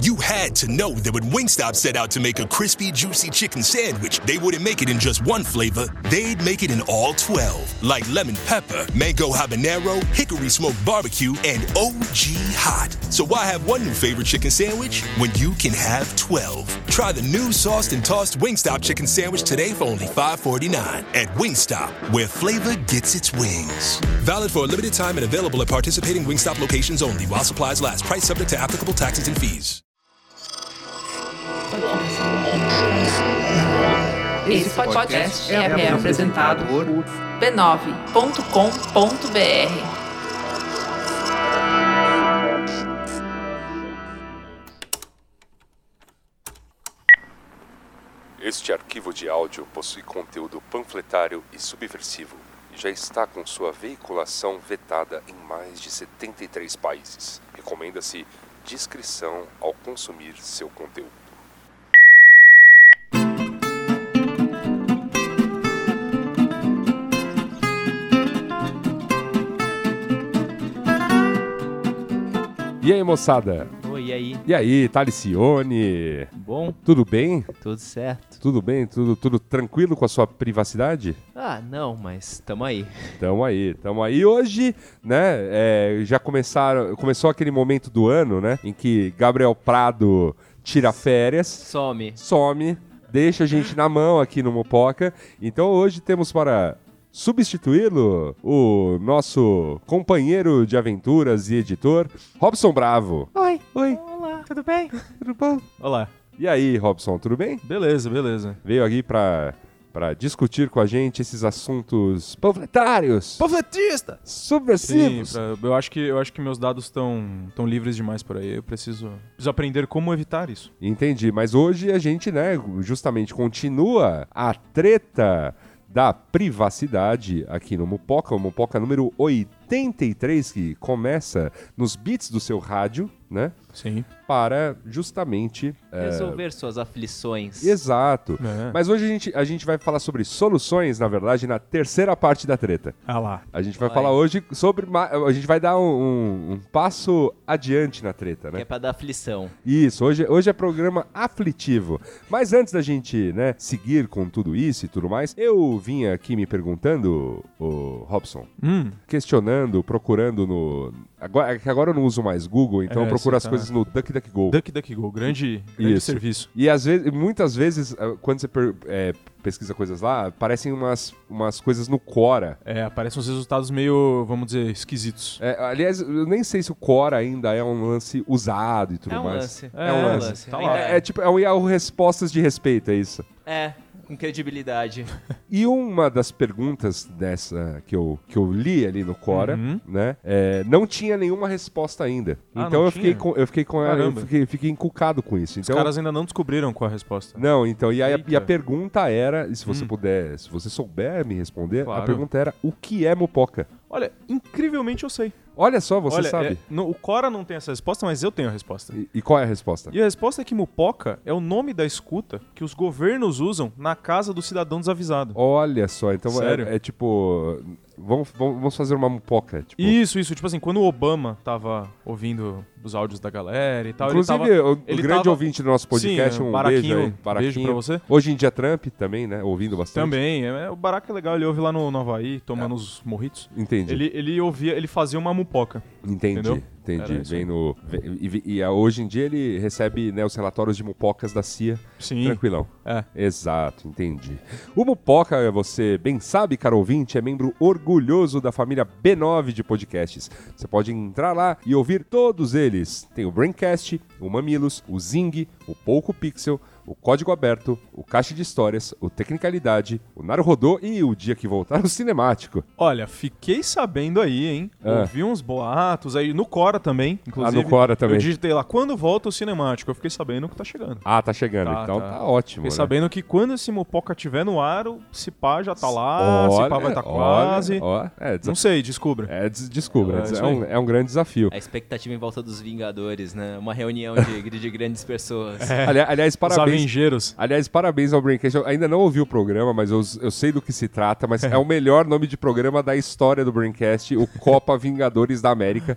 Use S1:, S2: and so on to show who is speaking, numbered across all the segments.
S1: You had to know that when Wingstop set out to make a crispy, juicy chicken sandwich, they wouldn't make it in just one flavor. They'd make it in all 12, like lemon pepper, mango habanero, hickory smoked barbecue, and OG hot. So why have one new favorite chicken sandwich when you can have 12? Try the new sauced and tossed Wingstop chicken sandwich today for only $5.49 at Wingstop, where flavor gets its wings. Valid for a limited time and available at participating Wingstop locations only while supplies last. Price subject to applicable taxes and fees.
S2: Esse podcast é, é apresentado por b9.com.br.
S3: Este arquivo de áudio possui conteúdo panfletário e subversivo e já está com sua veiculação vetada em mais de 73 países. Recomenda-se discrição ao consumir seu conteúdo. E aí, moçada?
S4: Oi, e aí?
S3: E aí, Talicione?
S4: Bom?
S3: Tudo bem?
S4: Tudo certo?
S3: Tudo bem? Tudo, tudo tranquilo com a sua privacidade?
S4: Ah, não, mas tamo aí.
S3: Tamo aí, tamo aí. Hoje, né, é, já começaram, começou aquele momento do ano, né, em que Gabriel Prado tira férias,
S4: Some.
S3: some, deixa a gente na mão aqui no Mopoca. Então hoje temos para substituí-lo o nosso companheiro de aventuras e editor, Robson Bravo.
S5: Oi.
S3: Oi,
S5: Olá, tudo bem?
S3: tudo bom?
S6: Olá.
S3: E aí, Robson, tudo bem?
S6: Beleza, beleza.
S3: veio aqui pra, pra discutir com a gente esses assuntos panfletários,
S6: Panfletista! Sim,
S3: subversivos.
S6: pra- eu, acho que, eu acho que meus dados estão tão livres demais por aí. Eu preciso, preciso aprender como evitar isso.
S3: Entendi, mas hoje a gente, né, justamente continua a treta da privacidade aqui no Mupoca, o Mupoca número 83, que começa nos beats do seu rádio, né,
S6: Sim.
S3: para justamente... é,
S4: Resolver suas aflições.
S3: Exato.
S6: É.
S3: Mas hoje a gente, a gente vai falar sobre soluções, na verdade, na terceira parte da treta.
S6: Ah lá.
S3: A gente vai,
S4: Vai.
S3: falar hoje sobre. ma- A gente vai dar um, um- um passo adiante na treta,
S4: Que é
S3: né?
S4: pra dar aflição.
S3: Isso, hoje, hoje é programa aflitivo. Mas antes da gente, né, seguir com tudo isso e tudo mais, eu vim aqui me perguntando, o Robson,
S6: Hum,
S3: questionando, procurando no. Agora, é que agora eu não uso mais Google, então
S6: É,
S3: eu procuro
S6: você
S3: as
S6: tá-
S3: coisas no DuckDuckGo.
S6: DuckDuckGo, grande, grande
S3: Isso.
S6: serviço.
S3: E às vezes, muitas vezes, eh, quando você per- eh, pesquisa coisas lá, parecem umas, umas coisas no Quora.
S6: É, aparecem uns resultados meio, vamos dizer, esquisitos.
S3: É, aliás, eu nem sei se o Quora ainda é um lance usado e tudo
S4: É um
S3: mais.
S4: lance.
S3: É, um lance.
S6: Tá
S4: É,
S6: lá.
S3: É, é tipo, é um Yahoo Respostas de Respeito, é isso.
S4: É, com credibilidade.
S3: E uma das perguntas dessa que eu, que eu li ali no Quora, né? é, não tinha nenhuma resposta ainda.
S6: Uhum. Ah,
S3: então
S6: não
S3: eu fiquei,
S6: tinha?
S3: com, eu fiquei com ela, eu
S6: Caramba.
S3: fiquei, fiquei encucado com isso.
S6: Os
S3: Então,
S6: caras ainda não descobriram qual a resposta.
S3: Não, então, e, aí a, e a
S6: Eita.
S3: pergunta era, e se você
S6: Hum.
S3: puder, se você souber me responder, a
S6: Claro.
S3: pergunta era, o que é mupoca?
S6: Olha, incrivelmente eu sei.
S3: Olha só, você
S6: Olha,
S3: sabe.
S6: é, não- o Cora não tem essa resposta, mas eu tenho a resposta.
S3: E, e qual é a resposta?
S6: E a resposta é que mupoca é o nome da escuta que os governos usam na casa do cidadão desavisado.
S3: Olha só, então é-
S6: Sério?
S3: É, tipo, vamos, vamos vamos fazer uma mupoca, tipo...
S6: Isso, isso. Tipo assim, quando o Obama tava ouvindo os áudios da galera e tal,
S3: Inclusive,
S6: tá, ele tava...
S3: o, o
S6: ele
S3: grande
S6: tava-
S3: ouvinte do nosso podcast,
S6: Sim,
S3: um
S6: Baraquinho,
S3: beijo aí.
S6: beijo pra você.
S3: Hoje em dia, Trump também, né? Ouvindo bastante.
S6: Também. é, o Barack é legal, ele ouve lá no, no Havaí, tomando os morritos.
S3: É. Entendi.
S6: Ele, ele ouvia, ele fazia uma mupoca.
S3: Entendi,
S6: Entendeu?
S3: entendi.
S6: Era isso
S3: Vem
S6: aí.
S3: no. vem- e, e- e, ah, hoje em dia ele recebe né, os relatórios de mupocas da CIA.
S6: Sim.
S3: Tranquilão.
S6: É.
S3: Exato, entendi. O Mupoca, você bem sabe, caro ouvinte, é membro orgulhoso da família B9 de podcasts. Você pode entrar lá e ouvir todos eles. Tem o Braincast, o Mamilos, o Zing, o Pouco Pixel, o Código Aberto, o Caixa de Histórias, o Tecnicalidade, o Naruhodô e o Dia que Voltar o Cinemático.
S6: Olha, fiquei sabendo aí, hein?
S3: Ah.
S6: Ouvi uns boatos aí, no Cora também, inclusive.
S3: Ah, no Quora também.
S6: Eu digitei lá, quando volta o cinemático, eu fiquei sabendo que tá chegando.
S3: Ah, tá chegando,
S6: Tá,
S3: então tá,
S6: tá.
S3: ótimo.
S6: Fiquei
S3: né?
S6: sabendo que quando esse mupoca tiver no ar, o se pá já tá lá, se pá vai tá
S3: olha,
S6: quase.
S3: ó, é, desa-
S6: Não sei, descubra.
S3: é, des- descubra,
S6: É,
S3: é,
S6: isso
S3: um, é um grande desafio.
S4: A expectativa em volta dos Vingadores, né? Uma reunião de, de grandes pessoas.
S3: Ali- aliás,
S6: É. Os
S3: parabéns.
S6: Avengeiros.
S3: Aliás, parabéns ao Braincast. Eu ainda não ouvi o programa, mas eu, eu sei do que se trata, mas é o melhor nome de programa da história do Braincast, o Copa Vingadores da América.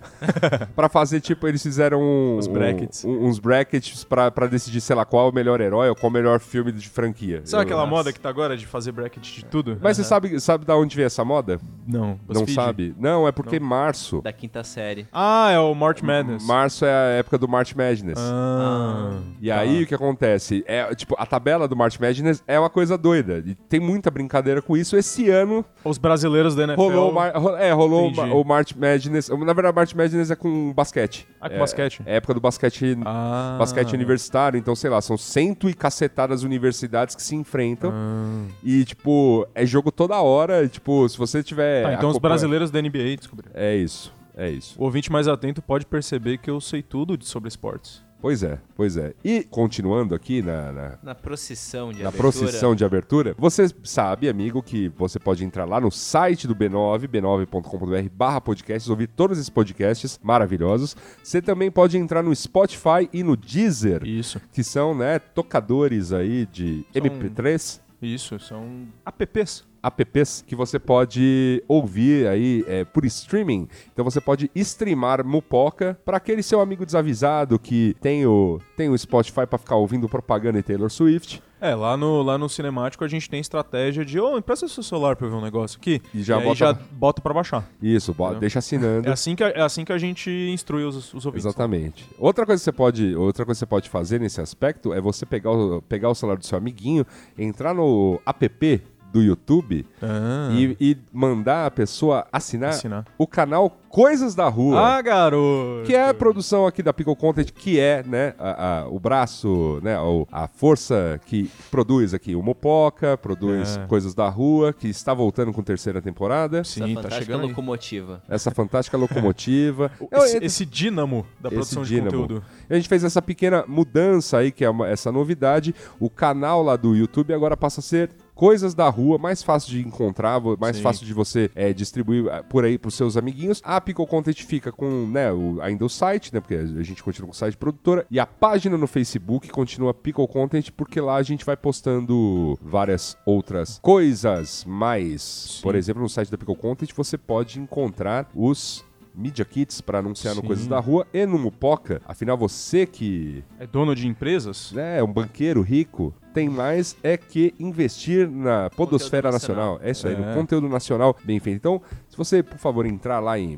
S3: pra fazer, tipo, eles fizeram um-
S6: Os brackets.
S3: um- uns brackets pra, pra decidir, sei lá, qual é o melhor herói ou qual é o melhor filme de franquia.
S6: Sabe
S3: Eu-
S6: aquela moda que tá agora de fazer bracket de tudo?
S3: Mas você sabe, sabe da onde veio essa moda?
S6: Não.
S3: Não
S6: BuzzFeed.
S3: sabe? Não, é porque março.
S4: da quinta série.
S6: Ah, é o March Madness.
S3: Março é a época do March Madness.
S6: Ah.
S3: E aí o que acontece? É, tipo, a tabela do March Madness é uma coisa doida. E tem muita brincadeira com isso. Esse ano
S6: Os brasileiros da NFL.
S3: rolou, o
S6: Tá,
S3: Mar- ro- é, rolou o,
S6: Então, Entendi.
S3: Ma- o March Madness. Na verdade, o March Madness é com basquete.
S6: Ah, com
S3: É-
S6: basquete.
S3: É época do basquete,
S6: Ah.
S3: basquete universitário. Então, sei lá, são cento e cacetadas universidades que se enfrentam.
S6: Ah.
S3: E, tipo, é jogo toda hora. e, Tipo, se você tiver.
S6: Tá, então os
S3: acompanha-
S6: brasileiros da NBA descobriram.
S3: É isso. É isso.
S6: O ouvinte mais atento pode perceber que eu sei tudo de- sobre esportes.
S3: Pois é, pois é. E continuando aqui na- na,
S4: Na procissão de
S3: na
S4: abertura.
S3: procissão de abertura. Você sabe, amigo, que você pode entrar lá no site do B9, b9.com.br barra podcasts, ouvir todos esses podcasts maravilhosos. Você também pode entrar no Spotify e no Deezer,
S6: Isso.
S3: que são, né, tocadores aí de MP3.
S6: Isso, são apps.
S3: Apps que você pode ouvir aí é, por streaming. Então você pode streamar Mupoca para aquele seu amigo desavisado que tem o, tem o Spotify para ficar ouvindo propaganda e Taylor Swift.
S6: É, lá no, lá no cinemático a gente tem estratégia de, ô, empresta seu celular pra eu ver um negócio aqui.
S3: E já
S6: aí
S3: bota-
S6: já bota pra baixar.
S3: Isso, bo- deixa assinando.
S6: É assim que a, é assim que a gente instrui os, os ouvintes.
S3: Exatamente. Outra coisa que você pode, outra coisa que você pode fazer nesse aspecto é você pegar o, pegar o celular do seu amiguinho, entrar no app do YouTube
S6: Ah.
S3: e, e mandar a pessoa assinar,
S6: Assinar.
S3: o canal Coisas da Rua.
S6: Ah, garoto!
S3: Que é a produção aqui da Pickle Content, que é, né, a- a- o braço, né, o- a força que produz aqui o Mopoca, produz
S6: É.
S3: Coisas da Rua, que está voltando com terceira temporada.
S4: Essa
S6: Sim, tá
S4: fantástica
S6: chegando aí.
S4: locomotiva.
S3: Essa fantástica locomotiva. Eu-
S6: Esse, esse dínamo da produção de
S3: dínamo.
S6: conteúdo.
S3: A gente fez essa pequena mudança aí, que é uma- essa novidade. O canal lá do YouTube agora passa a ser coisas da rua, mais fácil de encontrar, vo- mais
S6: Sim.
S3: fácil de você eh, distribuir ah, por aí pros seus amiguinhos. A Pico Content fica com, né, o- ainda o site, né, porque a gente continua com o site produtora. E a página no Facebook continua Pico Content, porque lá a gente vai postando várias outras coisas mais. Por exemplo, no site da Pico Content você pode encontrar os... Media Kits para anunciar no
S6: Sim.
S3: Coisas da Rua e no Mupoca. Afinal, você que
S6: É dono de empresas?
S3: né, é um banqueiro rico tem mais é que investir na podosfera
S4: Conteúdo
S3: nacional.
S4: nacional.
S3: É isso aí, no
S6: É.
S3: conteúdo nacional bem feito. Então, se você, por favor, entrar lá em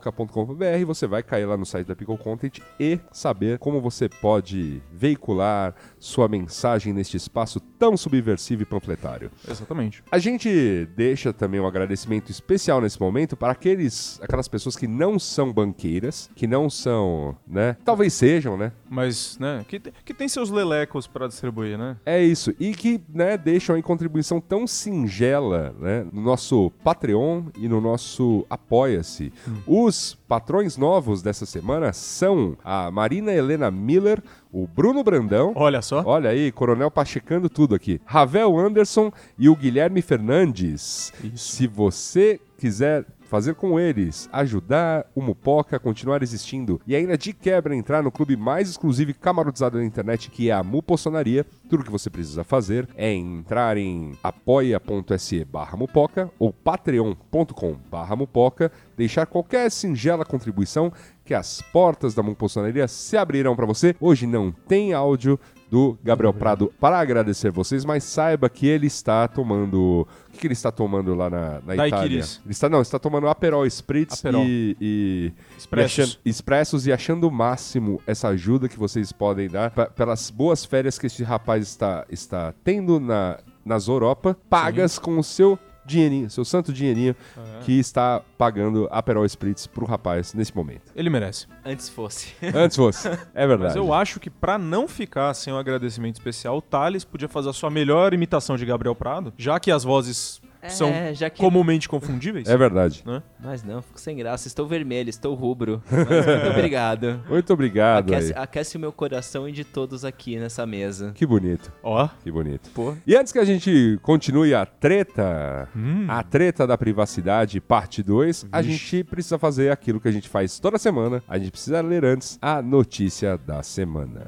S3: mupoca.com.br, você vai cair lá no site da Pickle Content e saber como você pode veicular sua mensagem neste espaço tão subversivo e panfletário.
S6: Exatamente.
S3: A gente deixa também um agradecimento especial nesse momento para aqueles, aquelas pessoas que não são banqueiras, que não são, né? Talvez sejam, né?
S6: Mas, né, que, te- que tem seus lelecos pra distribuir, né?
S3: É isso. E que, né, deixam aí contribuição tão singela, né, no nosso Patreon e no nosso Apoia-se. Os patrões novos dessa semana são a Marina Helena Miller, o Bruno Brandão,
S6: Olha só.
S3: Olha aí, Coronel Pachecando tudo aqui. Ravel Anderson e o Guilherme Fernandes. Se você quiser fazer com eles, ajudar o Mupoca a continuar existindo e ainda de quebra entrar no clube mais exclusivo e camarotizado da internet, que é a Mupoçonaria, tudo que você precisa fazer é entrar em apoia.se barra mupoca ou patreon.com barra mupoca, deixar qualquer singela contribuição que as portas da Mupoçonaria se abrirão para você. Hoje não tem áudio, do Gabriel
S6: Uhum.
S3: Prado para agradecer vocês, mas saiba que ele está tomando. O que, que ele está tomando lá na, na Itália?
S6: Daiquiris.
S3: Ele está, não, ele está tomando Aperol Spritz
S6: Aperol.
S3: e. e
S6: Expressos.
S3: e achando- expressos e achando o máximo essa ajuda que vocês podem dar pa- pelas boas férias que este rapaz está, está tendo na, nas Europa, pagas com o seu dinheirinho, seu santo dinheirinho, que está pagando Aperol Spritz pro rapaz nesse momento.
S6: Ele merece.
S4: Antes fosse.
S3: Antes fosse, é verdade.
S6: Mas eu acho que pra não ficar sem um agradecimento especial, o Thales podia fazer a sua melhor imitação de Gabriel Prado, já que as vozes
S4: É,
S6: são
S4: já que-
S6: comumente confundíveis.
S3: É verdade.
S4: Mas não, fico sem graça. Estou vermelho, estou rubro. Mas muito obrigado.
S3: Muito obrigado.
S4: Aquece,
S3: aí.
S4: aquece o meu coração e de todos aqui nessa mesa.
S3: Que bonito.
S6: Ó,
S3: Que bonito.
S6: Porra.
S3: E antes que a gente continue a treta,
S6: Hum.
S3: a treta da privacidade, parte 2, a gente precisa fazer aquilo que a gente faz toda semana. A gente precisa ler antes a notícia da semana.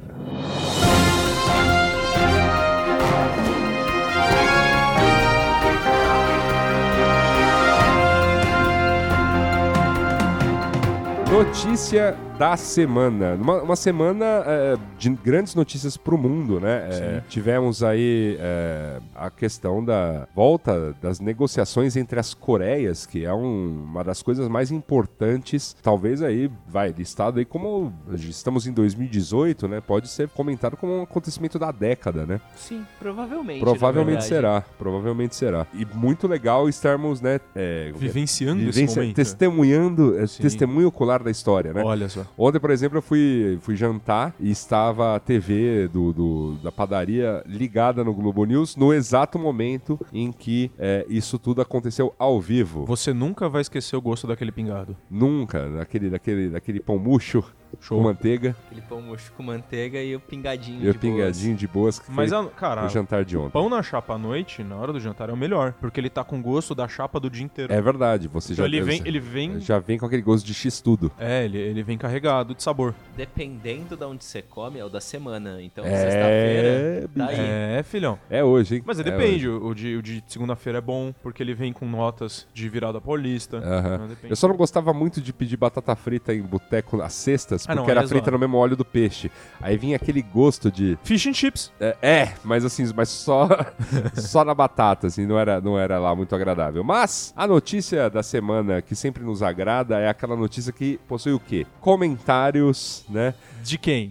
S3: Notícia da semana. Uma, uma semana é, de grandes notícias pro mundo, né? É, tivemos aí é, a questão da volta das negociações entre as Coreias, que é um- uma das coisas mais importantes, talvez aí, vai, listado aí como estamos em 2018, né? Pode ser comentado como um acontecimento da década, né?
S4: Sim, provavelmente.
S3: Provavelmente
S4: na verdade.
S3: será, provavelmente será. E muito legal estarmos, né, é,
S6: Vivenciando esse
S3: vivência-
S6: momento. né?
S3: testemunhando, é,
S6: Sim.
S3: testemunho ocular da história, né?
S6: Olha só.
S3: Ontem, por exemplo, eu fui, fui jantar e estava a TV do, do- da padaria ligada no Globo News no exato momento em que é, isso tudo aconteceu ao vivo.
S6: Você nunca vai esquecer o gosto daquele pingado.
S3: Nunca, daquele, daquele, daquele pão murcho
S6: Show.
S3: com manteiga
S4: Aquele pão murcho com manteiga e o pingadinho
S3: e o
S4: de boas.
S3: pingadinho de boas que
S6: Mas,
S3: foi
S6: a, cara,
S3: o jantar de ontem.
S6: pão na chapa à noite, na hora do jantar, é o melhor. Porque ele tá com gosto da chapa do dia inteiro.
S3: É verdade, você já
S6: então ele vem,
S3: você-
S6: ele vem.
S3: já vem com aquele gosto de X tudo.
S6: É, ele, ele vem carregado de sabor.
S4: Dependendo de onde você come, é o da semana. Então,
S3: É,
S4: sexta-feira, tá aí.
S6: É, filhão.
S3: É hoje, hein?
S6: Mas
S3: é
S6: aí depende, o, o de, o de segunda-feira é bom, porque ele vem com notas de virada paulista.
S3: Aham.
S6: Não, depende.
S3: Eu só não gostava muito de pedir batata frita em boteco às sextas, porque
S6: Ah, não, aí
S3: era
S6: é
S3: frita
S6: zoado.
S3: no mesmo óleo do peixe. Aí vinha aquele gosto de.
S6: Fish and chips.
S3: É, é, mas assim, mas só, só na batata, assim, não era, não era lá muito agradável. Mas a notícia da semana que sempre nos agrada é aquela notícia que possui o quê? Comentários, né?
S6: De quem?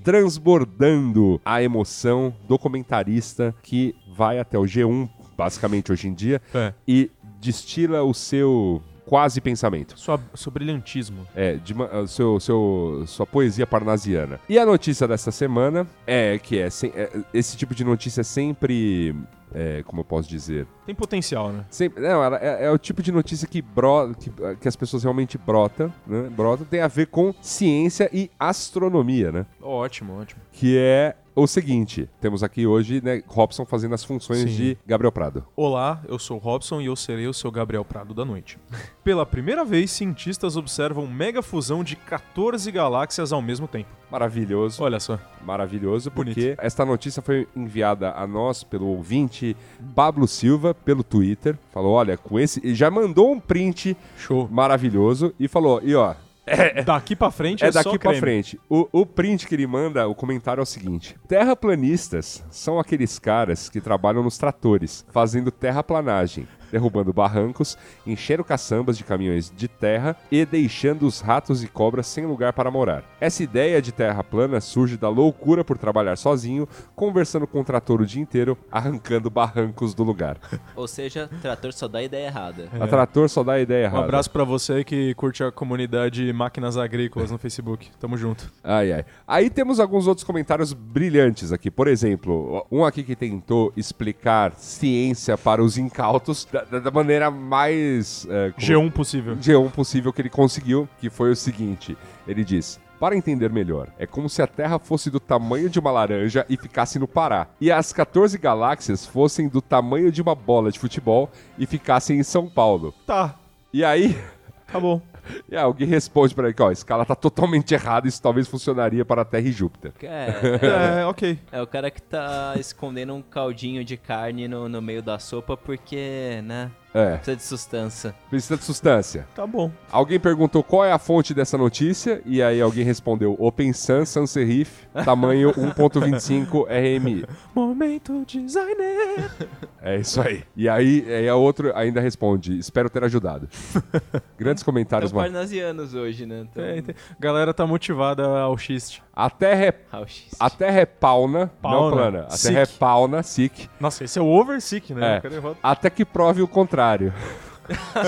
S3: transbordando a emoção do comentarista que vai até o G1, basicamente hoje em dia,
S6: É.
S3: e destila o seu quase pensamento.
S6: Sua, seu brilhantismo.
S3: É, de ma- ah, seu, seu- sua poesia parnasiana. E a notícia dessa semana é que é, sem- é, esse tipo de notícia é sempre. é, como eu posso dizer?
S6: Tem potencial, né?
S3: Sempre, não, ela- é, é o tipo de notícia que, bro, que, que as pessoas realmente brotam, né? Brota, tem a ver com ciência e astronomia, né?
S6: Ótimo, ótimo.
S3: que é o seguinte: temos aqui hoje, né, Robson fazendo as funções
S6: Sim.
S3: de Gabriel Prado.
S6: Olá, eu sou o Robson e eu serei o seu Gabriel Prado da noite. Pela primeira vez, cientistas observam mega fusão de 14 galáxias ao mesmo tempo.
S3: Maravilhoso,
S6: Olha só.
S3: maravilhoso,
S6: Bonito.
S3: porque esta notícia foi enviada a nós pelo ouvinte Pablo Silva pelo Twitter. Falou: olha, com esse. E já mandou um print
S6: Show.
S3: maravilhoso e falou: e ó,
S6: Daqui pra frente é,
S3: É daqui
S6: só
S3: pra
S6: creme.
S3: frente. O, o print que ele manda, o comentário é o seguinte: Terraplanistas são aqueles caras que trabalham nos tratores, fazendo terraplanagem, derrubando barrancos, enchendo caçambas de caminhões de terra e deixando os ratos e cobras sem lugar para morar. Essa ideia de terra plana surge da loucura por trabalhar sozinho, conversando com o trator o dia inteiro, arrancando barrancos do lugar.
S4: Ou seja, trator só dá ideia errada.
S3: A trator só dá a ideia
S6: Um
S3: errada.
S6: abraço pra você que curte a comunidade Máquinas Agrícolas no Facebook. Tamo junto.
S3: Ai, ai. Aí temos alguns outros comentários brilhantes aqui. Por exemplo, um aqui que tentou explicar ciência para os incautos da, da- da maneira mais é, como-
S6: G1 possível.
S3: G1 possível que ele conseguiu, que foi o seguinte: ele diz. Para entender melhor, é como se a Terra fosse do tamanho de uma laranja e ficasse no Pará, e as 14 galáxias fossem do tamanho de uma bola de futebol e ficassem em São Paulo.
S6: Tá,
S3: E aí,
S6: tá bom.
S3: e alguém responde para ele que ó, a escala tá totalmente errada, isso talvez funcionaria para a Terra e Júpiter.
S4: É,
S6: É, ok.
S4: é o cara que tá escondendo um caldinho de carne no, no meio da sopa porque, né?
S3: É,
S4: Precisa de sustância.
S3: precisa de substância.
S6: Tá bom.
S3: Alguém perguntou qual é a fonte dessa notícia, e aí alguém respondeu Open Sans Sans Serif, tamanho 1.25 RMI.
S6: Momento designer.
S3: É isso aí. E aí, aí a outro ainda responde, espero ter ajudado. Grandes comentários,
S4: São
S3: mano.
S4: parnasianos hoje, né? Então,
S6: É, ente- Galera tá motivada ao xiste.
S3: A terra é,
S4: Raul X.
S3: a terra é pauna, não
S6: Pauna,
S3: plana. A
S6: sic.
S3: terra é pauna, sic.
S6: Nossa, esse é o oversick, né?
S3: É,
S6: O cara errou-
S3: até que prove o contrário.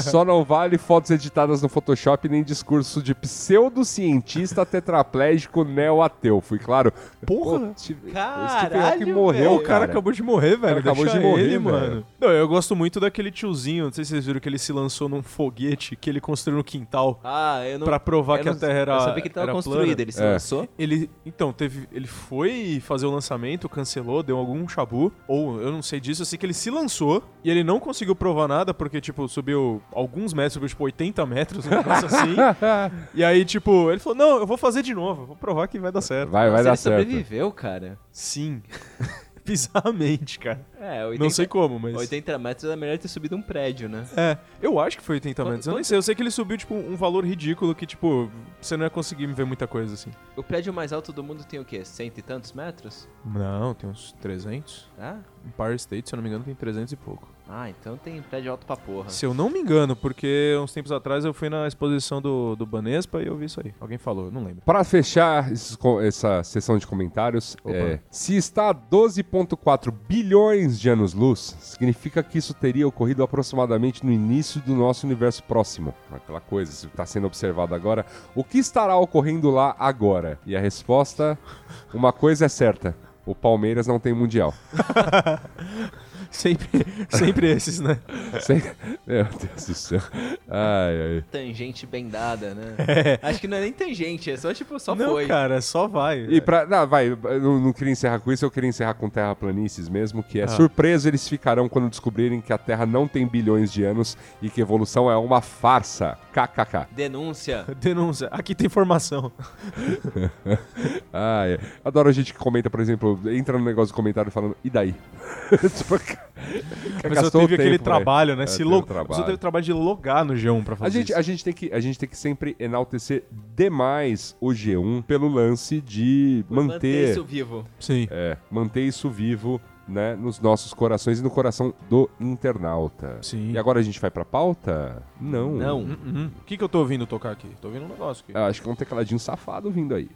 S3: Só não vale fotos editadas no Photoshop nem discurso de pseudocientista tetraplégico neo-ateu. Fui claro. Porra!
S4: Caralho,
S3: que morreu,
S6: O cara acabou de morrer, velho.
S3: cara acabou
S6: Deixa
S3: de morrer,
S6: ele,
S3: velho.
S6: mano. Não, eu gosto muito daquele tiozinho, não sei se vocês viram que ele se lançou num foguete que ele construiu no quintal
S4: Ah, eu não.
S6: pra provar
S4: eu
S6: que a
S4: não-
S6: Terra era
S4: Eu sabia que tava
S6: era
S4: construído,
S6: plana.
S4: ele se
S3: É.
S4: lançou.
S6: Ele, então, teve, ele foi fazer o lançamento, cancelou, deu algum chabu, ou eu não sei disso, eu sei que ele se lançou e ele não conseguiu provar nada porque, tipo, subiu alguns metros, subiu tipo 80 metros, um negócio assim. E aí, tipo, ele falou: Não, eu vou fazer de novo, vou provar que vai dar certo.
S3: Vai,
S4: Nossa,
S3: vai dar
S4: ele
S3: certo.
S4: sobreviveu, cara.
S6: Sim. bizarramente, cara.
S4: É, 80,
S6: Não sei como, mas.
S4: 80 metros é melhor ter subido um prédio, né?
S6: É, eu acho que foi 80 metros. Eu nem sei, eu sei que ele subiu, tipo, um valor ridículo que, tipo, você não ia conseguir ver muita coisa assim.
S4: O prédio mais alto do mundo tem o quê? Cento e tantos metros?
S6: Não, tem uns 300.
S4: Ah,
S6: Empire State, se eu não me engano, tem 300 e pouco.
S4: ah então tem prédio alto pra
S3: Ah.
S4: porra.
S6: Se eu não me engano, porque uns tempos atrás eu fui na exposição do, do Banespa e eu vi isso aí. Alguém falou, eu não lembro.
S3: Para fechar esses co- essa sessão de comentários,
S6: Opa.
S3: é, se está a 12,4 bilhões de anos-luz, significa que isso teria ocorrido aproximadamente no início do nosso universo próximo. Aquela coisa, se está sendo observado agora, o que estará ocorrendo lá agora? E a resposta, uma coisa é certa. O Palmeiras não tem mundial.
S6: Sempre, sempre esses, né?
S3: Sem- Meu Deus do céu. Ai, ai.
S4: Tangente bendada, né? Acho que não é nem tangente, é só tipo, só
S6: não,
S4: foi.
S6: cara, só vai. É,
S3: E pra. Não, vai, eu não, não queria encerrar com isso, eu queria encerrar com terraplanícies mesmo,
S6: Ah.
S3: que é surpreso eles ficarão quando descobrirem que a Terra não tem bilhões de anos e que evolução é uma farsa. KKK.
S4: Denúncia.
S6: Denúncia. Aqui tem informação.
S3: Ah, é. Adoro a gente que comenta, por exemplo, entra no negócio do comentário falando, e daí? Tipo,
S6: A pessoa
S3: gastou
S6: teve
S3: tempo,
S6: aquele
S3: velho.
S6: trabalho, né?
S3: É,
S6: Se
S3: teve
S6: lo...
S3: um trabalho.
S6: A pessoa teve o trabalho de logar no G1 pra
S3: A
S6: fazer
S3: gente,
S6: isso.
S3: a, gente tem que, a gente tem que sempre enaltecer demais o G1 pelo lance de manter
S4: isso vivo.
S6: Sim.
S3: É, manter isso vivo, né, nos nossos corações e no coração do internauta.
S6: Sim.
S3: E agora a gente vai pra pauta? Não.
S4: Não.
S6: Uhum. O que, que eu tô ouvindo tocar aqui? Tô ouvindo um negócio aqui.
S3: Ah, Acho que é um tecladinho safado vindo aí.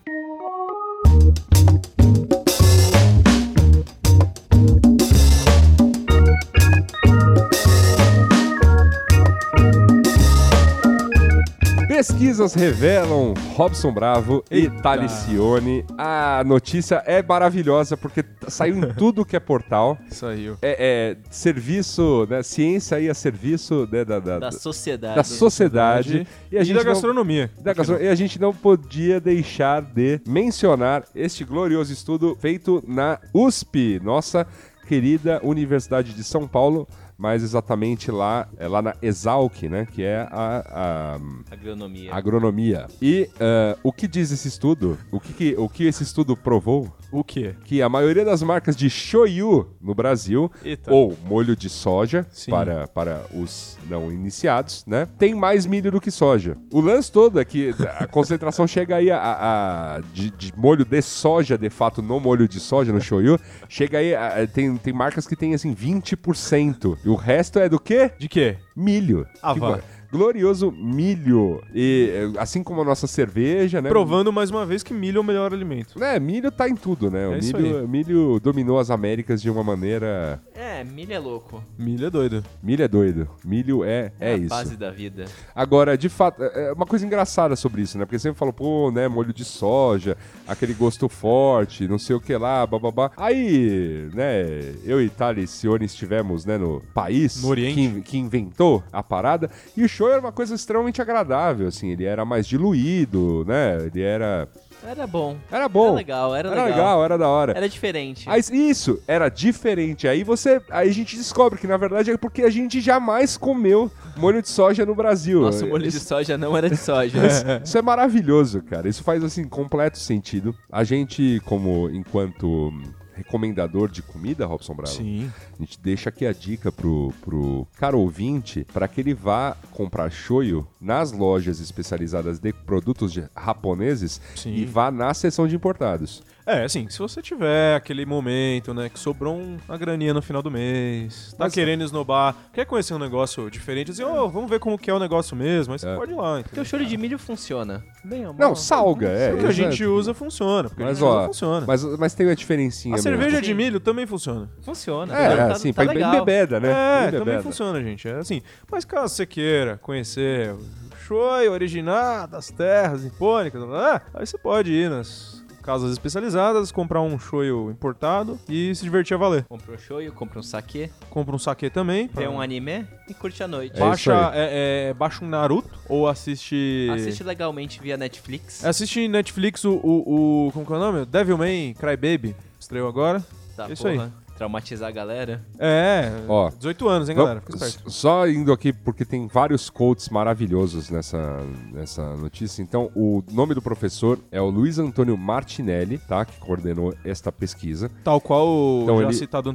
S3: Pesquisas revelam Robson Bravo e
S6: Eita.
S3: Talicione. A notícia é maravilhosa porque t- saiu em tudo que é portal.
S6: Saiu.
S3: É, é, serviço, né, ciência aí a serviço né, da, da,
S4: Da
S3: da
S4: sociedade.
S3: sociedade.
S6: E,
S3: a gente
S6: da
S3: não-
S6: gastronomia.
S3: da gastronomia. E a gente não podia deixar de mencionar este glorioso estudo feito na USP, nossa querida Universidade de São Paulo, mais exatamente lá, é lá na Exalc, né? Que é a- a
S4: Agronomia.
S3: agronomia. E ah, o que diz esse estudo? O que, que- o que esse estudo provou?
S6: O quê?
S3: Que a maioria das marcas de shoyu no Brasil,
S6: Eita.
S3: ou molho de soja,
S6: Sim.
S3: para, para os não iniciados, né? Tem mais milho do que soja. O lance todo é que a concentração chega aí a, a- a- de, de molho de soja, de fato, no molho de soja, no shoyu, chega aí, a- a- tem, tem marcas que tem assim 20%. E o resto é do quê?
S6: De quê?
S3: Milho.
S6: Ah,
S3: Que
S6: vá.
S3: go- Glorioso milho. E eh, assim como a nossa cerveja, né?
S6: Provando mais uma vez que milho é o melhor alimento.
S3: É, milho tá em tudo, né? o
S6: É isso
S3: milho, milho dominou as Américas de uma maneira.
S4: É, milho é louco.
S6: Milho é doido.
S3: Milho é doido. Milho é, é,
S4: a
S3: isso.
S4: fase da vida.
S3: Agora, de fato, é é uma coisa engraçada sobre isso, né? Porque sempre falam, pô, né, molho de soja, aquele gosto forte, não sei o que lá, bababá. Aí, né, eu e Thales Cione estivemos, né, no país
S6: No Oriente.
S3: que, in- que inventou a parada, e o show era uma coisa extremamente agradável, assim, ele era mais diluído, né? Ele era.
S4: Era bom.
S3: Era bom.
S4: Era legal, era legal.
S3: era da hora.
S4: Era diferente.
S3: Aí, isso, era diferente. Aí você. Aí a gente descobre que, na verdade, é porque a gente jamais comeu molho de soja no Brasil.
S4: Nosso molho de soja não era de soja.
S3: Isso é maravilhoso, cara. Isso faz assim completo sentido. A gente, como enquanto hum, recomendador de comida, Robson Bravo,
S6: Sim.
S3: a gente deixa aqui a dica pro, pro caro ouvinte para que ele vá comprar shoyu nas lojas especializadas de produtos de- japoneses
S6: Sim.
S3: e vá na seção de importados.
S6: É, assim, se você tiver aquele momento, né, que sobrou um- uma graninha no final do mês, tá
S3: Mas- é.
S6: querendo esnobar, quer conhecer um negócio diferente, assim, ô, vamos ver como que é o negócio mesmo, aí você pode ir lá.
S4: Porque o
S6: entendeu?
S4: choro de milho funciona. Bem, amor.
S3: Não, salga, é.
S6: o que a
S3: exato.
S6: gente usa funciona, porque a
S3: Mas
S6: gente usa
S3: ó,
S6: funciona.
S3: mas, assim mas tem uma diferencinha
S6: a
S3: mesmo.
S6: cerveja é de
S4: Sim.
S6: milho também funciona.
S4: Funciona.
S3: É,
S4: tá,
S3: assim,
S4: tá
S3: foi
S4: legal.
S3: bem bebeda, né?
S6: É,
S3: Bem
S6: também
S3: bebeda.
S6: funciona, gente. É assim. Mas caso você queira conhecer o shoyu originar das terras nipônicas, lá, lá, aí você pode ir nas casas especializadas, comprar um shoyu importado e se divertir a valer.
S4: Compra um shoyu, compra um saque,
S6: Compra um saque também.
S4: vê
S6: pra-
S4: um anime e curte a noite.
S3: É. isso
S6: baixa, é- é, baixa um Naruto ou assiste... É,
S4: Assiste legalmente via Netflix.
S6: Assiste é Netflix o, o, o... Como que é o nome? Devilman Crybaby. Estreou agora.
S4: Tá,
S6: isso
S4: porra.
S6: aí.
S4: traumatizar a galera.
S6: É,
S3: Ó,
S6: 18 anos, hein, galera? Fica
S3: Vamos-
S6: esperto.
S3: Só indo aqui, porque tem vários quotes maravilhosos nessa, nessa notícia. Então, o nome do professor é o Luiz Antônio Martinelli, tá? Que coordenou esta pesquisa.
S6: Tal qual o
S3: Então,
S6: já
S3: ele-
S6: citado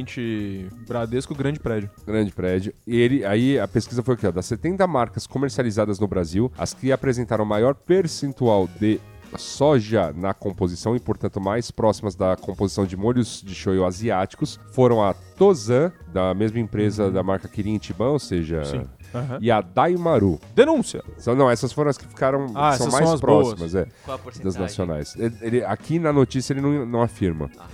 S6: anteriormente, Bradesco, grande prédio.
S3: Grande prédio. E ele, aí a pesquisa foi aqui, ó. Das 70 marcas comercializadas no Brasil, as que apresentaram maior percentual de soja na composição e, portanto, mais próximas da composição de molhos de shoyu asiáticos foram a Tozan, da mesma empresa da marca Kirin Ichiban, ou seja...
S6: Uhum. Sim. Aham.
S3: E a Daimaru.
S6: Denúncia.
S3: São, não, essas foram as que ficaram
S6: Ah,
S3: são
S6: essas
S3: mais
S6: são as
S3: próximas, é.
S4: Qual a
S3: Das
S4: porcentagem?
S3: nacionais. Ele, ele- aqui na notícia ele não, não afirma.
S4: Ah.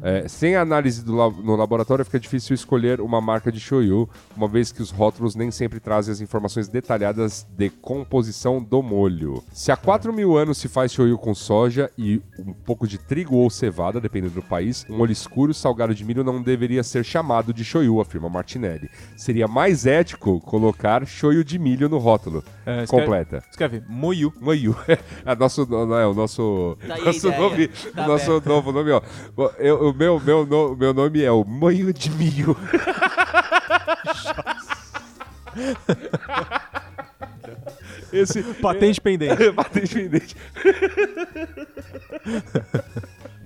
S3: É, sem a análise do la- no laboratório fica difícil escolher uma marca de shoyu, uma vez que os rótulos nem sempre trazem as informações detalhadas de composição do molho. Se há 4 mil anos se faz shoyu com soja e um pouco de trigo ou cevada, dependendo do país, um molho escuro salgado de milho não deveria ser chamado de shoyu, afirma Martinelli. Seria mais ético colocar shoyu de milho no rótulo.
S6: É, escreve-
S3: Completa.
S6: Escreve, Moiu.
S3: Moiu. É nosso, não, é o nosso,
S4: Tá aí a
S3: nosso
S4: ideia.
S3: nome,
S4: Tá
S3: o nosso
S4: aberto.
S3: novo nome, ó. Eu, o meu, meu, no- meu nome é o Moinho de Milho. Esse
S6: Patente pendente.
S3: patente pendente.